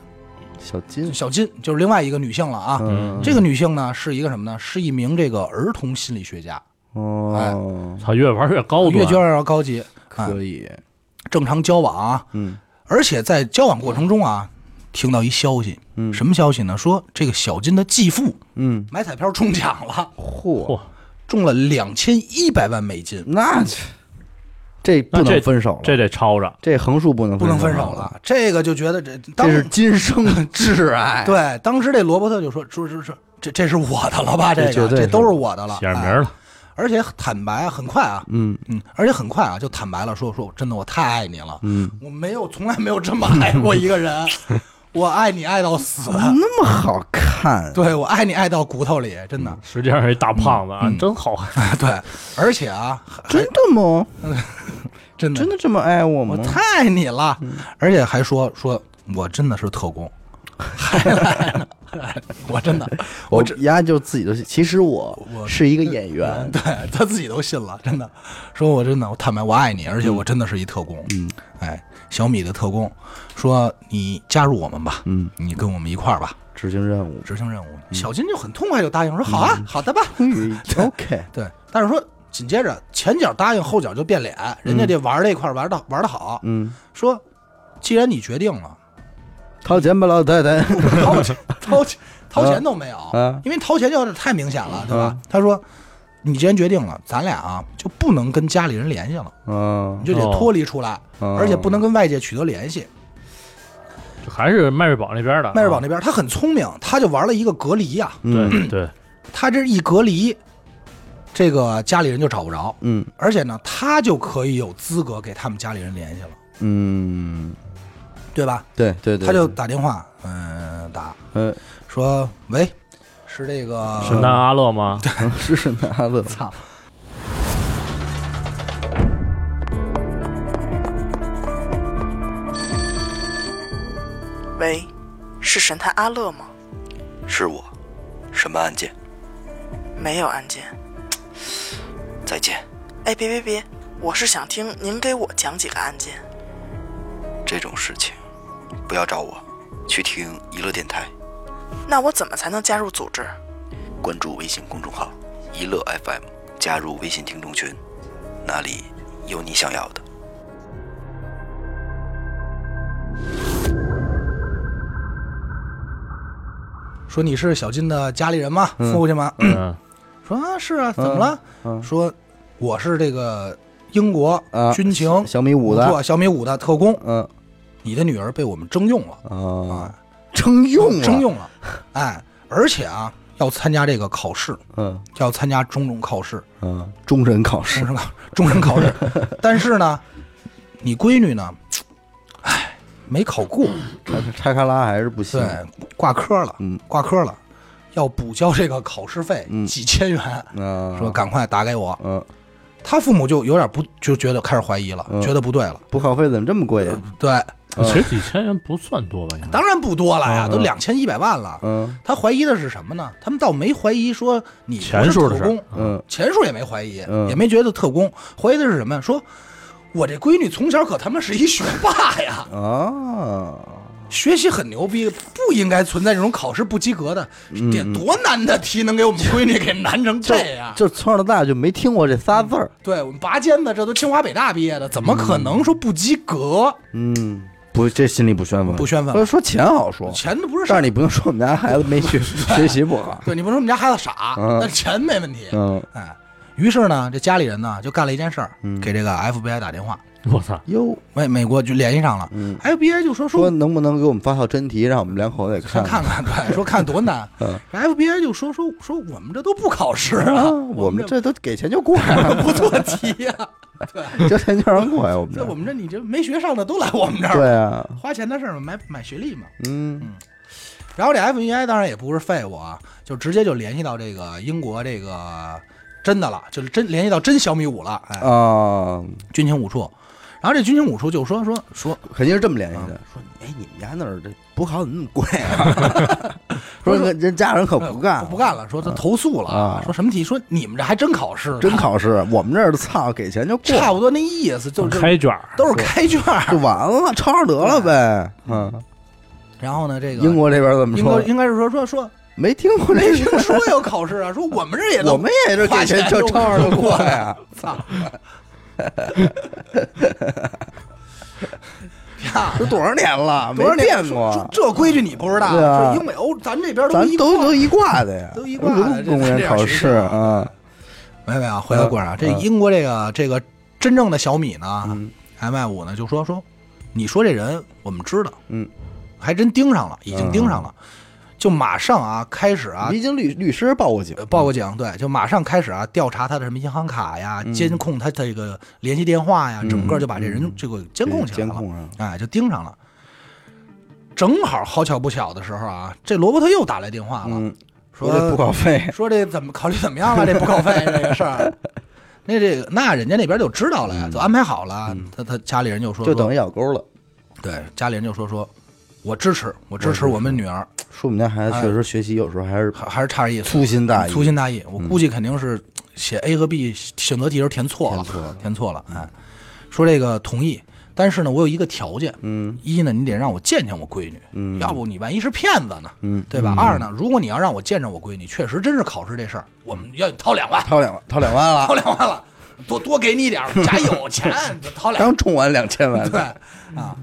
S1: 小金，
S2: 小金就是另外一个女性了啊。
S1: 嗯，
S2: 这个女性呢，是一个什么呢？是一名这个儿童心理学家，
S1: 哦，
S3: 操，越玩越高端，
S2: 越觉得要高级。哎
S1: 可以，
S2: 正常交往啊，
S1: 嗯
S2: 而且在交往过程中啊，听到一消息，
S1: 嗯
S2: 什么消息呢？说这个小金的继父
S1: 嗯，
S2: 买彩票中奖了，
S1: 嚯，
S3: 嚯
S2: 中了两千一百万美金，
S1: 那这这不
S3: 那
S1: 能分手了，
S3: 这得抄着。
S2: 啊
S1: 这横竖不能
S2: 不能分手
S1: 了，
S2: 了。这个就觉得这当
S1: 这是今生
S2: [LAUGHS]
S1: 的挚爱，
S2: 对，当时这罗伯特就说说说说这这是我的了吧？
S1: 这
S2: 这
S1: 绝
S2: 个
S1: 对
S2: 这
S1: 是
S2: 都是我的了，
S3: 写上名
S2: 哎
S3: 儿了，
S2: 而且坦白，很快啊，
S1: 嗯
S2: 嗯，而且很快啊，就坦白了，说说我真的我太爱你了，
S1: 嗯，
S2: 我没有从来没有这么爱过一个
S1: [LAUGHS]
S2: 人，我爱你爱到死，
S1: 那么好看，
S2: 对我爱你爱到骨头里，真
S1: 嗯
S2: 的，
S3: 实际上是一大胖子啊，
S2: 嗯
S3: 真好
S2: [LAUGHS]
S3: 看。
S2: 对，而且啊，还
S1: 真的吗？
S2: 真的
S1: 真的嗯这么爱我吗
S2: 我？太爱你了，而且还说说我真的是特
S1: [LAUGHS]
S2: 工，还来呢，我真的，
S1: 我丫就自己都信，其实我
S2: 我
S1: 是一个演员，
S2: 对他自己都信了，真的，说我真的，我坦白，我爱你，而且我真的是一特工。
S1: 嗯，
S2: 哎，小米的特工说你加入我们吧，
S1: 嗯，
S2: 你跟我们一块儿吧，
S1: 执行任务，
S2: 执行任务。小金就很痛快就答应
S1: 嗯
S2: 说好啊，好的吧。 [LAUGHS]
S1: OK，
S2: 对，但是说紧接着前脚答应，后脚就变脸，人家这玩儿这块儿玩的玩的好，
S1: 嗯，
S2: 说既然你决定
S1: [LAUGHS]
S2: 了，
S1: 掏钱吧，老太太，
S2: [LAUGHS] 掏钱掏钱掏钱都没有，
S1: 嗯
S2: 因为掏钱就有点太明显了，对吧？
S1: 嗯
S2: 他说。你既然决定了，咱俩啊就不能跟家里人联系了，
S1: 嗯
S2: 你，就得
S3: 哦
S2: 脱离出来，
S1: 嗯
S2: 而且不能跟外界取得联系。
S1: 哦
S3: 还是迈锐宝那边的，啊
S2: 迈锐宝那边他很聪明，他就玩了一个隔离呀、
S3: 那
S1: 嗯
S3: 对对，
S2: 他这一隔离，这个家里人就找不着，
S1: 嗯
S2: 而且呢，他就可以有资格给他们家里人联系了，
S1: 嗯，
S2: 对吧？
S1: 对对对，
S2: 他就
S1: 对
S2: 打电话，嗯、打
S1: 呃
S2: 说喂，是这个
S3: 圣诞阿乐吗？
S1: [LAUGHS] 是是那问，
S2: 操！
S4: 喂，是神探阿乐吗？
S5: 是我，什么案件？
S4: 没有案件。
S5: 再见，
S4: 哎，别别别，我是想听您给我讲几个案件。
S5: 这种事情不要找我，去听娱乐电台，
S4: 那我怎么才能加入组织？
S5: 关注微信公众号“娱乐 FM”，加入微信听众群，那里有你想要的。
S2: 说你是小金的家里人吗？
S1: 嗯
S2: 父亲吗？
S3: 嗯，
S2: 说啊是啊，怎么了？
S1: 嗯
S2: 说我是这个英国
S1: 啊
S2: 军情、
S1: 小米五的，
S2: 不小米五的特工，
S1: 嗯
S2: 你的女儿被我们征用了。
S1: 啊
S2: 啊，
S1: 征用啊
S2: 征，用了，哎，而且啊，要参加这个考试，
S1: 嗯
S2: 要参加中中考试，
S1: 嗯，终身考试 [LAUGHS]
S2: 终，身考，终身考试。但是呢，你闺女呢，哎，没考过，
S1: 拆拆开拉还是不行
S2: 对，，挂科了，
S1: 嗯
S2: 挂科了，要补交这个考试费，
S1: 嗯
S2: 几千元。
S1: 啊，
S2: 说赶快打给我，
S1: 嗯，
S2: 他父母就有点不就觉得开始怀疑了，
S1: 嗯
S2: 觉得不对了。
S1: 补考费怎么这么贵呀？
S2: 对，
S1: 嗯
S3: 其实几千元不算多吧？应该
S2: 当然不多了呀，
S1: 嗯
S2: 都
S1: 嗯
S2: 两千一百万了。
S1: 嗯
S2: 他怀疑的是什么呢？他们倒没怀疑说你不是
S3: 钱数的
S2: 特
S3: 事
S2: 工
S3: 儿，
S1: 嗯
S2: 钱数也没怀疑，
S1: 嗯
S2: 也没觉得特工，怀疑的是什么呀？说我这闺女从小可他妈是一学霸呀，
S1: 嗯啊，
S2: 学习很牛逼，不应该存在这种考试不及格的，
S1: 嗯
S2: 得多难的题能给我们闺女给难成
S1: 就
S2: 这样？
S1: 就从小到大就没听过这仨字儿，
S2: 对我们拔尖子，这都清华北大毕业的，怎么可能说不及格？
S1: 嗯，不，这心里不宣愤，
S2: 不宣愤
S1: 说说钱好说，
S2: 钱都不是
S1: 但
S2: 事
S1: 是
S2: 儿，
S1: 你不能说我们家孩子没 [LAUGHS] 学学习不好，
S2: 对，你不说我们家孩子傻，
S1: 嗯
S2: 但钱没问题。
S1: 嗯嗯
S2: 哎，于是呢，这家里人呢就干了一件事儿，给这个 FBI 打电话，
S3: 我操，
S1: 哟，
S2: 美美国就联系上了
S1: 嗯，
S2: ，FBI 就说
S1: 说能不能给我们发套真题，让我们两口子也
S2: 看
S1: 看
S2: 看看，对，说看多难。
S1: [LAUGHS] 嗯
S2: 然后 FBI 就说说说我们这都不考试啊，
S1: 我们这都给钱就过呀，
S2: 不 [LAUGHS] 做题啊呀、
S1: 交钱 [LAUGHS] 就让过呀，我们
S2: 这我
S1: 这。
S2: 们这你这没学上的都来我们这儿，
S1: 对啊，
S2: 花钱的事儿嘛，买买学历嘛。
S1: 嗯
S2: 然后这 FBI 当然也不是废物啊，就直接就联系到这个英国这个真的了，就是真联系到真小米五了，哎，
S1: 啊，
S2: 军情五处。然后这军情五处就说说说
S1: 肯定是这么联系的。说，哎，你们家那儿这补考怎么那么贵啊？ [LAUGHS] 说人人家人可不干，
S2: 不干了，说他投诉了
S1: 啊
S2: 说什么题？说你们这还真考试呢，
S1: 真考试，我们这儿都操，给钱就过，
S2: [LAUGHS] 差不多那意思就是
S3: 开卷儿，
S2: 都是开卷儿。
S1: 就完了，抄上得了呗。嗯，
S2: 然后呢，这个
S1: 英国这边怎么
S2: 英国
S1: 说？
S2: 应该是说说说
S1: 没听过
S2: 没
S1: 这
S2: 听说有考试啊，说我们这儿也
S1: 我
S2: 能
S1: 们也是给钱就抄上就过 [LAUGHS] 呀。
S2: 操，呀，
S1: 都多少年了，没
S2: 多少年
S1: 变
S2: 说说
S1: 过，
S2: 这规矩你不知道？
S1: 对啊
S2: 说英美欧咱这边
S1: 咱
S2: 一
S1: 都
S2: 都
S1: 都一挂的呀，
S2: 都啊一挂的
S1: 都公务员考试啊，
S2: 没有没有，回到故事啊，这
S1: 嗯
S2: 英国这个这个真正的小米呢
S1: 嗯
S2: ，MI 五呢就说说，你说这人我们知道，
S1: 嗯，
S2: 还真盯上了，已经盯上了，就马上啊开始啊
S1: 嗯，。离经律律师报过警
S2: 呃，报过警，对，就马上开始啊，调查他的什么银行卡呀，监控他这个联系电话呀，整个就把这人这个监控起来
S1: 监
S2: 了。
S1: 控上，
S2: 哎，就盯上了。正好好巧不巧的时候啊，这罗伯特又打来电话了，
S1: 嗯，
S2: 说
S1: 这补考费，
S2: 说这怎么考虑怎么样了？啊这补考费这个事儿， [LAUGHS] 那这个那人家那边就知道了呀，就安排好了。他他家里人就说，
S1: 就
S2: 说
S1: 等于咬钩了。
S2: 对家里人就说说，我支持，我支持我们女儿，
S1: 说我们家孩子确实学习有时候还是
S2: 还还是差点意思，
S1: 粗心大意，
S2: 哎嗯
S1: 嗯
S2: 粗心大意。我估计肯定是写 A 和 B 选择题时候填错了，
S1: 填错了嗯
S2: 填错了。哎，说这个同意，但是呢，我有一个条件，
S1: 嗯
S2: 一呢，你得让我见见我闺女，
S1: 嗯
S2: 要不你万一是骗子呢，
S1: 嗯，
S2: 对吧？二呢，如果你要让我见着我闺女，确实真是考试这事儿，我们要你掏两万，
S1: 掏两万，掏两万
S2: 掏
S1: 了，
S2: 两万了，多多给你点儿，家有钱，掏两万，
S1: 刚充完两千万，
S2: 对啊。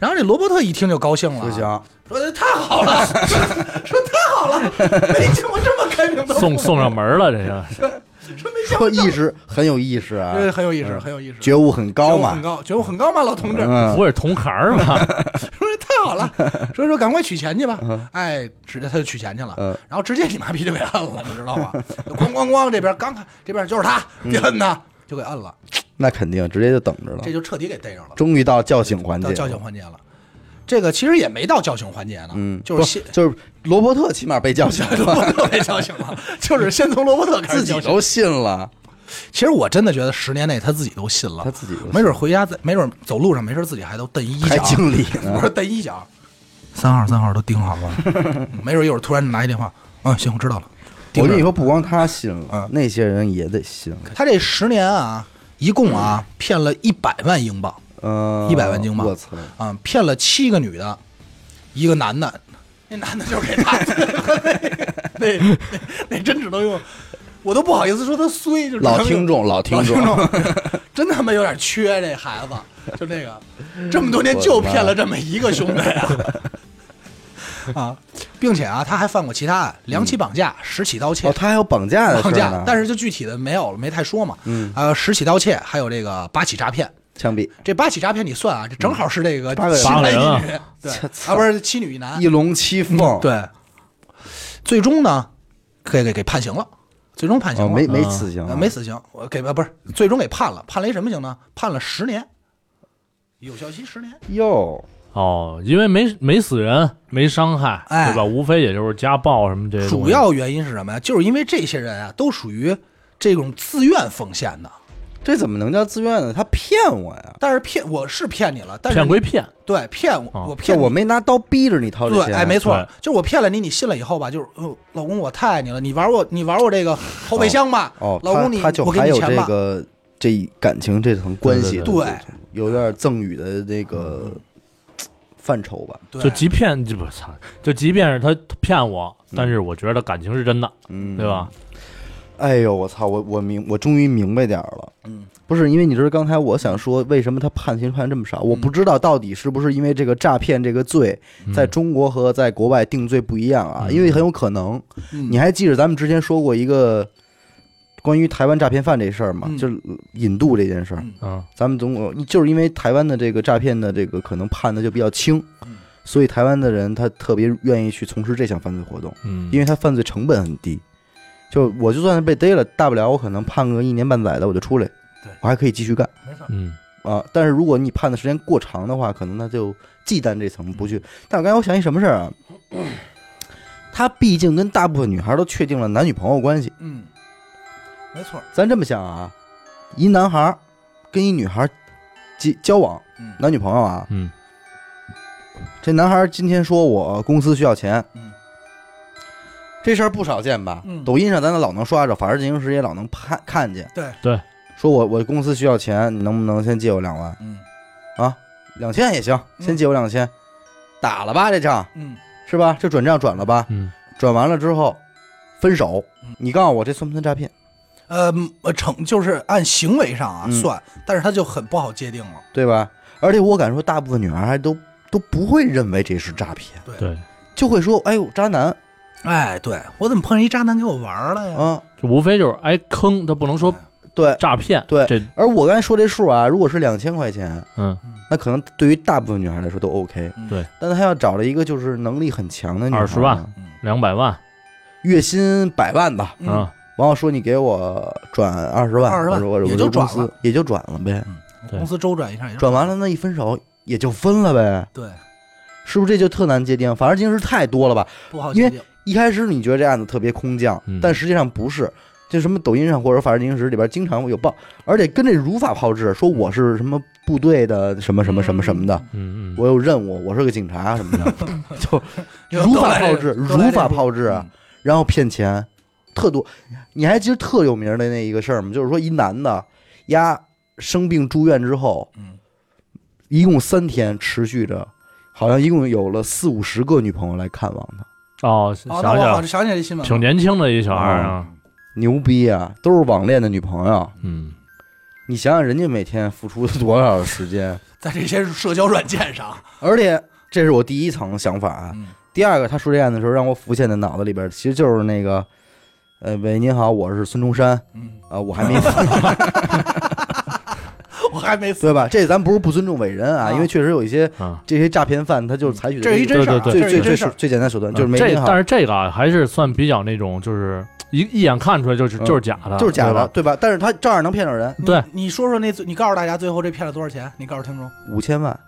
S2: 然后这罗伯特一听就高兴了，
S1: 不行，
S2: 说太好了， [LAUGHS] 说说太好了， [LAUGHS] 没见过这么开明的，
S3: 送送上门儿了，这个
S2: 说没见
S1: 说
S2: 过
S1: 意识很有意识啊，
S2: 这很有意思，很有意思，
S1: 觉悟很高
S2: 觉悟
S1: 嘛
S2: 很，高，觉悟很高嘛，老同志，
S1: 嗯，
S3: 不是同行儿吗？
S2: 说这太
S1: [LAUGHS]
S2: 好了，说说赶快取钱去吧。哎，直接他就取钱去了，
S1: 嗯
S2: 然后直接你妈逼就给摁了，你知
S1: [LAUGHS]
S2: 道吗？咣咣咣，这边刚看这边就是他，
S1: 嗯
S2: 别摁他，就给摁了，
S1: 那肯定直接就等着了
S2: 这。就彻底给逮着了，
S1: 终于到叫醒环节
S2: 到
S1: 了，
S2: 叫醒环节了。这个其实也没到叫醒环节呢，
S1: 嗯，
S2: 就是
S1: 不
S2: 先
S1: 就是罗伯特起码被叫醒
S2: 罗伯 [LAUGHS]
S1: 了，
S2: 特被叫醒了，就是先从罗伯特开
S1: 自
S2: 始
S1: 己
S2: 叫醒。
S1: 都信了，
S2: 其实我真的觉得十年内他自己都信了，
S1: 他自己都信
S2: 没准回家在没准走路上没事自己还都蹬一
S1: 还
S2: 脚，
S1: 敬礼呢
S2: [LAUGHS] 我说蹬一脚，三号三号都盯好了， [LAUGHS] 没准一会儿突然拿一电话，嗯，行，我知道了。
S1: 我
S2: 盯
S1: 跟
S2: 着
S1: 你说，不光他信了
S2: 嗯，
S1: 那些人也得信。
S2: 他这十年啊，一共啊骗了一百万英镑，
S1: 呃，
S2: 100万英镑
S1: 我操！
S2: 啊，骗了七个女的，一个男的， [LAUGHS] 那男的就是给他， [LAUGHS] 那那那真只能用，我都不好意思说他衰，就只
S1: 老
S2: 能用
S1: 听众，老听
S2: 老听
S1: 众，
S2: 众， [LAUGHS] 真他妈有点缺这孩
S1: [LAUGHS]
S2: 子，就这个，这么多年就骗了这么一个兄
S1: [LAUGHS]
S2: 弟啊！啊，并且啊，他还犯过其他案，两起绑架，十起盗窃
S1: 哦，，他还有绑架的事
S2: 绑
S1: 儿
S2: 架
S1: 呢，，
S2: 但
S1: 是
S2: 是就具体的没有了，没太说嘛。嗯，呃，十起盗窃，还有这个八起诈骗，
S1: 枪毙
S2: 这八起诈骗你算啊，这正好是这
S1: 嗯
S2: 个
S1: 八个人啊
S2: 七男一
S3: 八个
S2: 女
S3: 人，
S2: 对，
S1: 操
S2: 啊不是七女一男
S1: 一，龙七凤，
S2: 对，最终呢，给给给判刑了，最终判刑
S1: 哦，
S2: 了，
S1: 没没死刑
S2: 呃
S1: 啊，
S2: 没死刑，我给不是最终给判了，判了一什么刑呢？判了十年，有效期十年。
S1: 哟，
S3: 哦，因为没没死人，没伤害，
S2: 哎
S3: 对吧？无非也就是家暴什么这些东西。
S2: 主要原因是什么呀？就是因为这些人啊，都属于这种自愿奉献的。
S1: 这怎么能叫自愿呢？他骗我呀！
S2: 但是骗我是骗你了，但是
S3: 骗归骗，
S2: 对骗我，
S3: 啊
S2: 我
S1: 就
S2: 骗
S1: 我
S2: 你
S1: 没拿刀逼着你掏这
S2: 对，
S1: 钱，
S2: 哎，没错
S3: 对，
S2: 就是我骗了你，你信了以后吧，就是、呃、老公我太爱你了，你玩我你玩我这个后备箱吧，
S1: 哦，
S2: 老
S1: 他
S2: 公你
S1: 他就
S2: 我给
S1: 还
S2: 你
S1: 有
S2: 钱
S1: 这
S2: 吧，
S1: 个这感情这层关系，
S2: 对
S3: 对
S2: 对对，嗯
S1: 有点赠与的那个范畴吧，
S2: 对
S3: 就即便就不操，就即便是他骗我，但是我觉得感情是真的，
S1: 嗯，
S3: 对？吧？
S1: 哎呦，我操！我我明我终于明白点儿了。嗯，不是因为你知道刚才我想说为什么他判刑判这么少，
S2: 嗯
S1: 我不知道到底是不是因为这个诈骗这个罪
S3: 嗯
S1: 在中国和在国外定罪不一样啊，因为很有可能。
S2: 嗯
S1: 你还记得咱们之前说过一个关于台湾诈骗犯这事儿嘛，
S2: 嗯
S1: 就是引渡这件事儿，
S2: 嗯
S3: 嗯
S1: 咱们总共就是因为台湾的这个诈骗的这个可能判的就比较轻
S2: 嗯，
S1: 所以台湾的人他特别愿意去从事这项犯罪活动，
S3: 嗯，
S1: 因为他犯罪成本很低。就我就算是被逮了，大不了我可能判个一年半载的我就出来
S2: 对，
S1: 我还可以继续干
S2: 没错，
S3: 嗯
S1: 啊。但是如果你判的时间过长的话，可能他就忌惮这层不去。但我刚才我想一什么事儿啊？他毕竟跟大部分女孩都确定了男女朋友关系，
S2: 嗯，没错，
S1: 咱这么想啊，一男孩儿跟一女孩儿结交往，
S2: 嗯
S1: 男女朋友啊，
S3: 嗯
S1: 这男孩儿今天说我公司需要钱，
S2: 嗯
S1: 这事儿不少见吧？
S2: 嗯
S1: 抖音上咱老能刷着，法制进行时也老能看看见。
S2: 对
S3: 对，
S1: 说我我公司需要钱，你能不能先借我两万？
S2: 嗯
S1: 两千也行，先
S2: 嗯
S1: 借我两千，打了吧这仗
S2: 嗯
S1: 是吧？这转账转了吧？
S3: 嗯
S1: 转完了之后分手
S2: 嗯，
S1: 你告诉我这算不算诈骗？
S2: 呃呃成就是按行为上啊
S1: 嗯
S2: 算，但是他就很不好界定了。
S1: 对吧？而且我敢说，大部分女孩还都都不会认为这是诈骗，
S3: 对，
S1: 就会说：“哎呦，渣男
S2: 哎，对我怎么碰上一渣男给我玩儿了呀？
S1: 啊！”
S3: 就无非就是挨坑，他不能说
S1: 对。
S3: 诈骗，
S1: 对
S3: 这
S1: 而我刚才说这数啊，如果是两千块钱，
S3: 嗯
S1: 那可能对于大部分女孩来说都 OK，
S2: 嗯
S3: 对，
S1: 但是她要找了一个就是能力很强的女孩，
S3: 20万，两百万
S1: 月薪百万吧，
S2: 嗯
S3: 啊，
S1: 然后说你给我转二十万，
S2: 20万
S1: 我说我说
S2: 也就
S1: 我说公司
S2: 转
S1: 也就转了呗，
S3: 对
S2: 嗯公司周转一下也就
S1: 转完了那一分手也就分了呗，
S2: 对，
S1: 是不是这就特难界定？反正金石太多了吧？
S2: 不好
S1: 因
S2: 界
S1: 为
S2: 定。
S1: 一开始你觉得这案子特别空降，
S3: 嗯
S1: 但实际上不是。就什么抖音上或者法制进行时里边经常会有报，而且跟这如法炮制，说我是什么部队的什么什么什么什么的，
S3: 嗯嗯，
S1: 我有任务，我是个警察什么的，就
S2: 又
S1: 如
S2: 都
S1: 法
S2: 来这
S1: 炮
S2: 个
S1: 制，
S2: 都来嗯
S1: 如
S2: 这
S1: 法
S2: 步
S1: 炮制啊！然后骗钱，特多。你还记得特有名的那一个事儿吗？就是说一男的，丫生病住院之后，
S2: 嗯
S1: 一共三天持续着，好像一共有了四五十个女朋友来看望他，
S3: 哦，
S2: 嗯哦那
S3: 想，起
S2: 我
S3: 来
S2: 好像
S3: 了
S2: 想起来这新闻了，
S3: 挺年轻的一小孩啊，
S1: 牛逼啊！都是网恋的女朋友，
S2: 哦
S3: 嗯，
S1: 你想想人家每天付出多少时间？
S2: 在这些社交软件上，
S1: 而且这是我第一层想法啊。
S2: 嗯
S1: 第二个，他说这案子的时候，让我浮现在脑子里边，其实就是那个，呃，喂，您好，我是孙中山，
S3: [LAUGHS]
S2: 嗯，
S1: 啊、我还没死，
S2: 我还没死，
S1: 对吧？这咱不是不尊重伟人啊，
S2: 啊
S1: 因为确实有一些
S3: 啊
S1: 这些诈骗犯，他就是采取的
S2: 这是一
S1: 种
S2: 真事儿啊，
S3: 对
S1: 最
S3: 对
S2: 这
S3: 嗯
S2: 是
S1: 最
S2: 一真
S1: 最
S2: 事儿。啊
S1: 最简单手段，就是没
S3: 这
S1: 您，好
S3: 但，是这个啊还是算比较那种，就是一一眼看出来就是
S1: 嗯
S3: 就是假的，
S1: 就是假的，
S3: 的，
S1: 对吧？但是他照样能骗着人，
S3: 对，
S2: 你你说说那最，你告诉大家最后这骗了多少钱？你告诉听众，
S1: 五千万，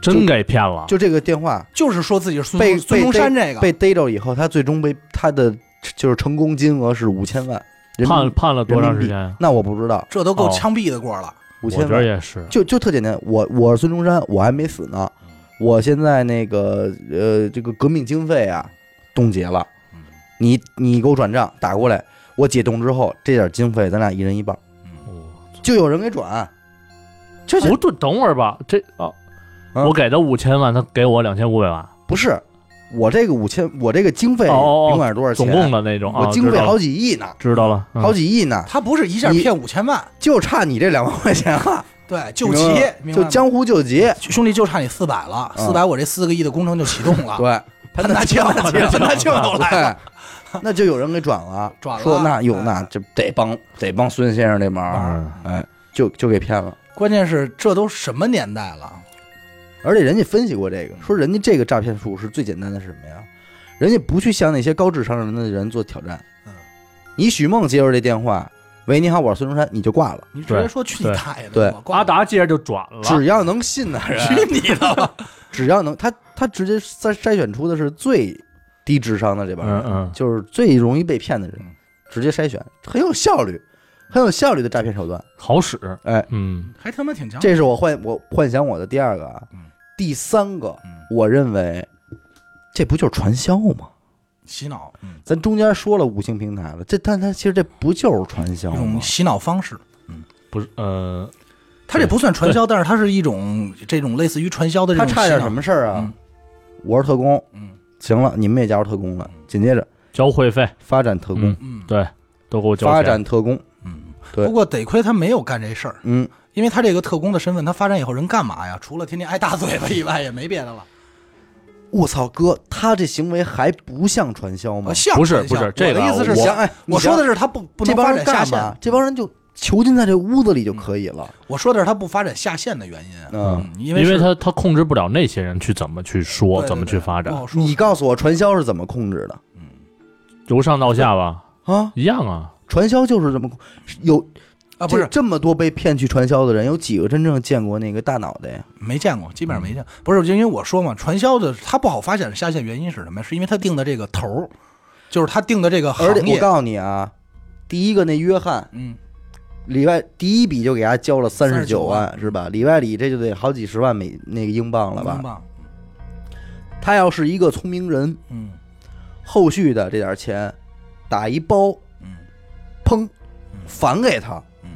S3: 真给骗了，
S1: 就这个电话
S2: 就是说自己是孙
S1: 被
S2: 中孙
S1: 被
S2: 中
S1: 逮
S2: 山这个，
S1: 被逮着以后，他最终被他的就是成功金额是五千万，人民
S3: 判
S1: 币
S3: 判了多长时间啊？
S1: 那我不知道，
S2: 这都够
S3: 哦
S2: 枪毙的过了。
S1: 五
S3: 我
S1: 千
S3: 觉
S1: 万
S3: 得也是，
S1: 就就特简单，我我是孙中山，我还没死呢，
S2: 嗯
S1: 我现在那个呃这个革命经费啊冻结了，
S2: 嗯
S1: 你你给我转账打过来，我解冻之后这点经费咱俩一人一半，
S3: 我操
S1: 就有人给转，这
S3: 哦不对，等会儿吧，这啊，
S1: 啊
S3: 我给他五千万，他给我两千五百万，
S1: 不是我这个五千，我这个经费
S3: 哦哦哦
S1: 甭管是多少钱，
S3: 总共的那种啊，
S1: 我经费
S3: 知道
S1: 好
S3: 了
S1: 几亿呢，
S3: 知道了，嗯
S1: 好几亿呢，
S2: 他不是一下
S1: 你
S2: 骗五千万，
S1: 就差你这两万块钱了，
S2: 对，救
S1: 明
S2: 急
S1: 白吗，
S2: 明白
S1: 就
S2: 吗
S1: 江湖救
S3: 啊
S1: 急，
S2: 兄弟就差你四百了，
S1: 嗯
S2: 四百我这四个亿的工程就启动了。
S1: 对，
S2: 潘大庆，潘大庆都来了，
S1: 对，那就有人给转了，
S2: 转了
S1: 说那有
S2: 哎
S1: 那这得帮得帮孙先生这忙，
S3: 嗯
S1: 哎，就就给骗了。
S2: 关键是这都什么年代了？
S1: 而且人家分析过这个，说人家这个诈骗术是最简单的是什么呀？人家不去向那些高智商人的人做挑战。
S2: 嗯，
S1: 你许梦接着这电话，喂，你好，我是孙中山，你就挂了。
S2: 你直接说去你大爷的！
S1: 对
S2: 我挂
S3: 阿达接着就转了，
S1: 只要能信的人，
S2: 去你的吧！
S1: 只要能，他他直接筛筛选出的是最低智商的这帮人，
S3: 嗯嗯
S1: 就是最容易被骗的人，直接筛选，很有效率，很有效率的诈骗手段。
S3: 好使，
S1: 哎，
S3: 嗯
S2: [LAUGHS] 还他妈挺强。
S1: 这是我幻我幻想我的第二个啊
S2: 嗯，
S1: 第三个
S2: 嗯，
S1: 我认为这不就是传销吗？
S2: 洗脑，嗯
S1: 咱中间说了五星平台了，这但它其实这不就是传销
S2: 一
S1: 吗
S2: 种？洗脑方式。
S3: 不是呃
S2: 它这不算传销，但是它是一种这种类似于传销的这
S1: 他
S2: 种。
S1: 差点什？么事儿啊
S2: 嗯？
S1: 我是特工，
S2: 嗯
S1: 行了，你们也加入特工了。紧接着
S3: 交会费
S1: 发展特工
S3: 嗯，
S2: 嗯
S3: 对都给我交钱
S1: 发展特工，
S2: 嗯。
S1: 对
S2: 不过得亏他没有干这事儿，
S1: 嗯，
S2: 因为他这个特工的身份，他发展以后人干嘛呀？除了天天挨大嘴巴以外，也没别的了。
S1: 我操哥，他这行为还不像传销吗
S2: 啊，？像
S3: 不是
S2: 传销
S3: 不是这个啊
S2: 啊我的意思是
S1: 我
S2: 想，
S1: 哎你
S2: 我说的
S1: 想
S2: 是他不不
S1: 这
S2: 能
S1: 帮
S2: 发
S1: 人
S2: 展下
S1: 干
S2: 线
S1: 嘛，？这帮人就囚禁在这屋子里就可以了。
S2: 我说的是他不发展下线的原因。
S1: 嗯，
S2: 因
S3: 因
S2: 为
S3: 为
S2: 是
S3: 他他控制不了那些人去怎么去说，
S2: 对
S3: 怎么去发
S2: 不好
S3: 展，
S2: 说
S1: 嗯你告诉我，传销是怎么控制的
S3: 由上到下吧，
S1: 啊？
S3: 一样啊。
S1: 传销就是这么控有
S2: 啊，不是
S1: 这这么多被骗去传销的人，有几个真正见过那个大脑袋呀？
S2: 没见过，基本上没见。
S1: 嗯
S2: 不是，就因为我说嘛，传销的他不好发展下线原因是什么呀？是因为他定的这个头儿，就是他定的这个行
S1: 而且我
S2: 业。
S1: 告诉你啊，第一个那约翰
S2: 嗯，
S1: 里外第一笔就给他交了三十
S2: 39
S1: 九
S2: 万
S1: 万，是吧？里外里这就得好几十万美那个英镑了吧
S2: 英？镑？
S1: 他要是一个聪明人，
S2: 嗯
S1: 后续的这点钱打一包，
S2: 嗯
S1: 砰，返给他。
S2: 嗯，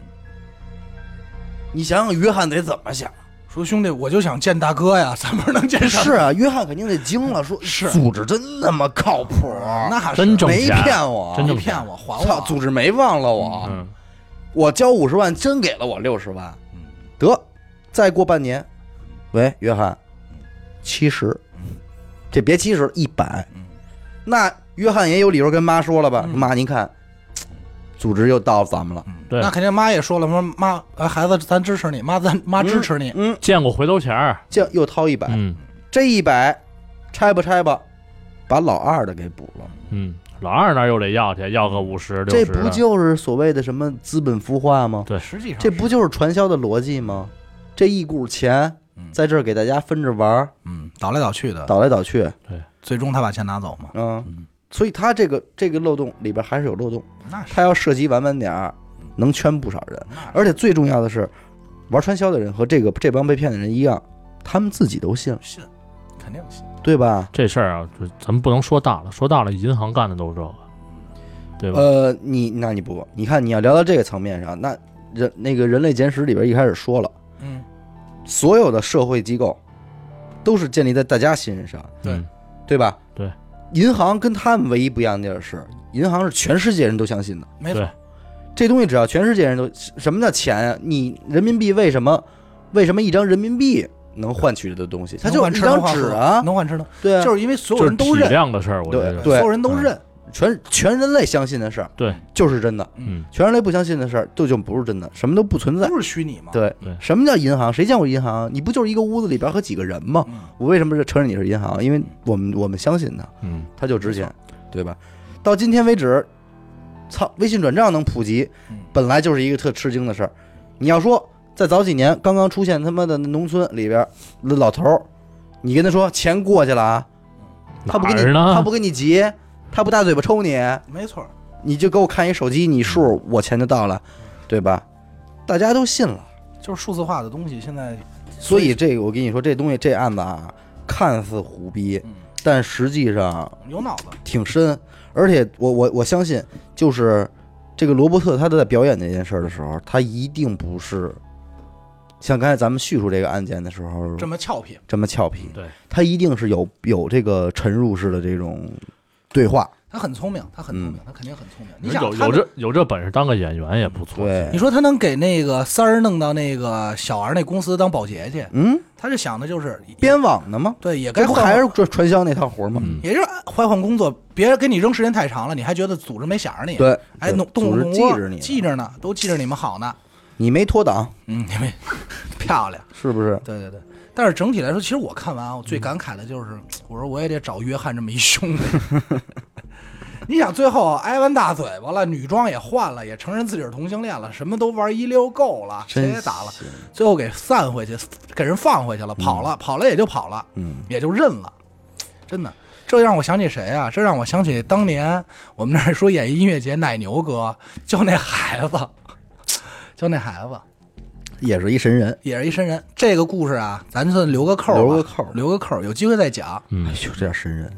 S1: 你想想约翰得怎么想？
S2: 说兄弟，我就想见大哥呀，咱们能见上。
S1: 是啊，约翰肯定得惊了，说
S2: 是
S1: 组织真他妈靠谱，
S2: 那是
S3: 真挣
S1: 没
S3: 钱
S1: 骗我，
S3: 真
S2: 你
S3: 挣
S2: 骗
S3: 钱
S2: 我，啊还
S1: 操，
S2: 我。
S1: 组织没忘了我，
S3: 嗯，
S1: 我交五十万，真给了我六十万，
S2: 嗯
S1: 得，再过半年，喂，约翰，七十，这别七十，一百
S2: 嗯，
S1: 那约翰也有理由跟妈说了吧？妈，您看，组织又到咱们了，
S3: 对
S2: 那肯定妈也说了，说妈，呃孩子，咱支持你，妈，咱妈支持你。
S1: 嗯，
S3: 见过回头钱儿，
S1: 这又掏一百，
S3: 嗯
S1: 这一百拆吧拆吧，把老二的给补了，
S3: 嗯，老二那儿又得要去，要个五十啊六
S1: 这
S3: 十
S1: 不
S3: 的，
S1: 就是所谓的什么资本孵化吗？
S3: 对
S2: 实际上
S1: 这不就是传销的逻辑吗？这一股钱
S2: 嗯
S1: 在这儿给大家分着玩儿，
S2: 嗯，倒来倒去的，
S1: 倒来倒去，
S2: 最终他把钱拿走嘛。
S1: 嗯，所以他这个这个漏洞里边还是有漏洞，
S2: 那
S1: 他要涉及完完点儿，能圈不少人。
S3: 哎
S1: 而且最重要的是，玩传销的人和这个这帮被骗的人一样，他们自己都信，
S2: 信，肯定信。
S1: 对吧？
S3: 这事儿啊，就咱们不能说大了，说大了银行干的都是这个，对吧？
S1: 呃，你那你不，你看你要聊到这个层面上，那人那个《人类简史》里边一开始说了，
S2: 嗯，
S1: 所有的社会机构都是建立在大家信任上，
S2: 对
S3: 嗯
S1: 对吧？
S3: 对，
S1: 银行跟他们唯一不一样的地儿是，银行是全世界人都相信的。
S2: 没错
S3: 对。
S1: 这东西只要全世界人都什么叫钱啊？你人民币为什么为什么一张人民币能换取的东西？它
S2: 能
S1: 就
S2: 换
S1: 是一
S2: 吃的
S1: 张
S2: 话
S1: 纸
S2: 说
S1: 啊，
S2: 能换吃的，
S1: 对啊，
S2: 就是因为所有
S3: 就是
S2: 人都
S3: 体
S2: 认，
S3: 量的事儿，我觉得
S1: 对
S2: 所有人都认，
S1: 全全人类相信的事儿
S3: 对，
S1: 就是真的，
S3: 嗯，
S1: 全人类不相信的事儿这就不是真的，什么都不存在。
S2: 不是虚拟嘛。，
S1: 对
S3: 对
S1: 什么叫银行？谁见过银行？啊你不就是一个屋子里边和几个人吗？
S2: 嗯
S1: 我为什么承认你是银行？因为我们我们相信它，
S3: 嗯，
S1: 它就值钱，对吧？到今天为止，操，微信转账能普及
S2: 嗯，
S1: 本来就是一个特吃惊的事儿。你要说在早几年刚刚出现他妈的农村里边那老头儿，你跟他说钱过去了啊，他不给
S3: 哪儿
S1: 你，
S3: 呢
S1: 他不给你急，他不大嘴巴抽你，
S2: 没错。
S1: 你就给我看一手机，你数我钱就到了，对吧？大家都信了，
S2: 就是数字化的东西，现在
S1: 所以这个我跟你说，这东西这案子啊，看似胡逼
S2: 嗯，
S1: 但实际上
S2: 有脑子。
S1: 挺深，而且我我我相信，就是这个罗伯特他在表演这件事儿的时候，他一定不是像刚才咱们叙述这个案件的时候
S2: 这么俏皮，
S1: 这么俏皮，
S3: 对，
S1: 他一定是有有这个沉入式的这种对话，
S2: 他很聪明，他很
S1: 嗯
S2: 聪明，他肯定很聪明。你
S3: 人
S2: 想，
S3: 有
S2: 他能
S3: 有这有这本事当个演员也不错，
S2: 你
S1: 对，
S2: 说他能给那个三儿弄到那个小儿那公司当保洁去，
S1: 嗯，
S2: 他是想的就是
S1: 编网的吗？
S2: 对，也该
S1: 这不
S2: 换换
S1: 还是传传销那套活吗？
S3: 嗯
S2: 也就是换换工作，别给你扔时间太长了，你还觉得组织没想着你。，
S1: 对，
S2: 哎，
S1: 对
S2: 弄动
S1: 组
S2: 不
S1: 织
S2: 动
S1: 记着你，
S2: 记着呢，都记着你们好呢。
S1: 你没脱档
S2: 嗯，你们 [LAUGHS] 漂亮。
S1: 是不是？
S2: 对对对，但是整体来说，其实我看完啊，我最感慨的
S1: 嗯
S2: 就是，我说我也得找约翰这么一兄弟。 [LAUGHS] 你想，最后啊挨完大嘴巴了，女装也换了，也承认自己是同性恋了，什么都玩一溜够了，谁
S1: 真
S2: 也打了，
S1: 行
S2: 最后给散回去，给人放回去了，跑了，跑了也就跑了，
S1: 嗯，
S2: 也就认了。真的，这让我想起谁啊？这让我想起当年我们那儿说演艺音乐节奶牛哥，就那孩子，就那孩子。
S1: 也是一神人，
S2: 也是一神人。这个故事啊，咱算留个扣儿吧，
S1: 留个扣儿
S2: 留个扣儿，有机会再讲。
S3: 嗯
S1: 哎呦，这叫神人！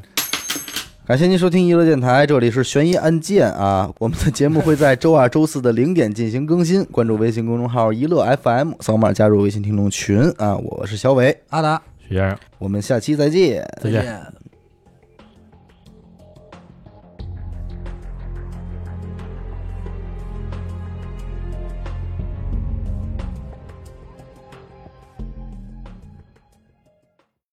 S1: 感谢您收听娱乐电台，这里是悬疑案件啊。我们的节目会在周二、周四的零点进行更新，关注微信公众号“一乐 FM”，扫码加入微信听众群啊。我是小伟，
S2: 阿达，
S3: 徐先生，
S1: 我们下期再见。
S3: 再见
S2: 见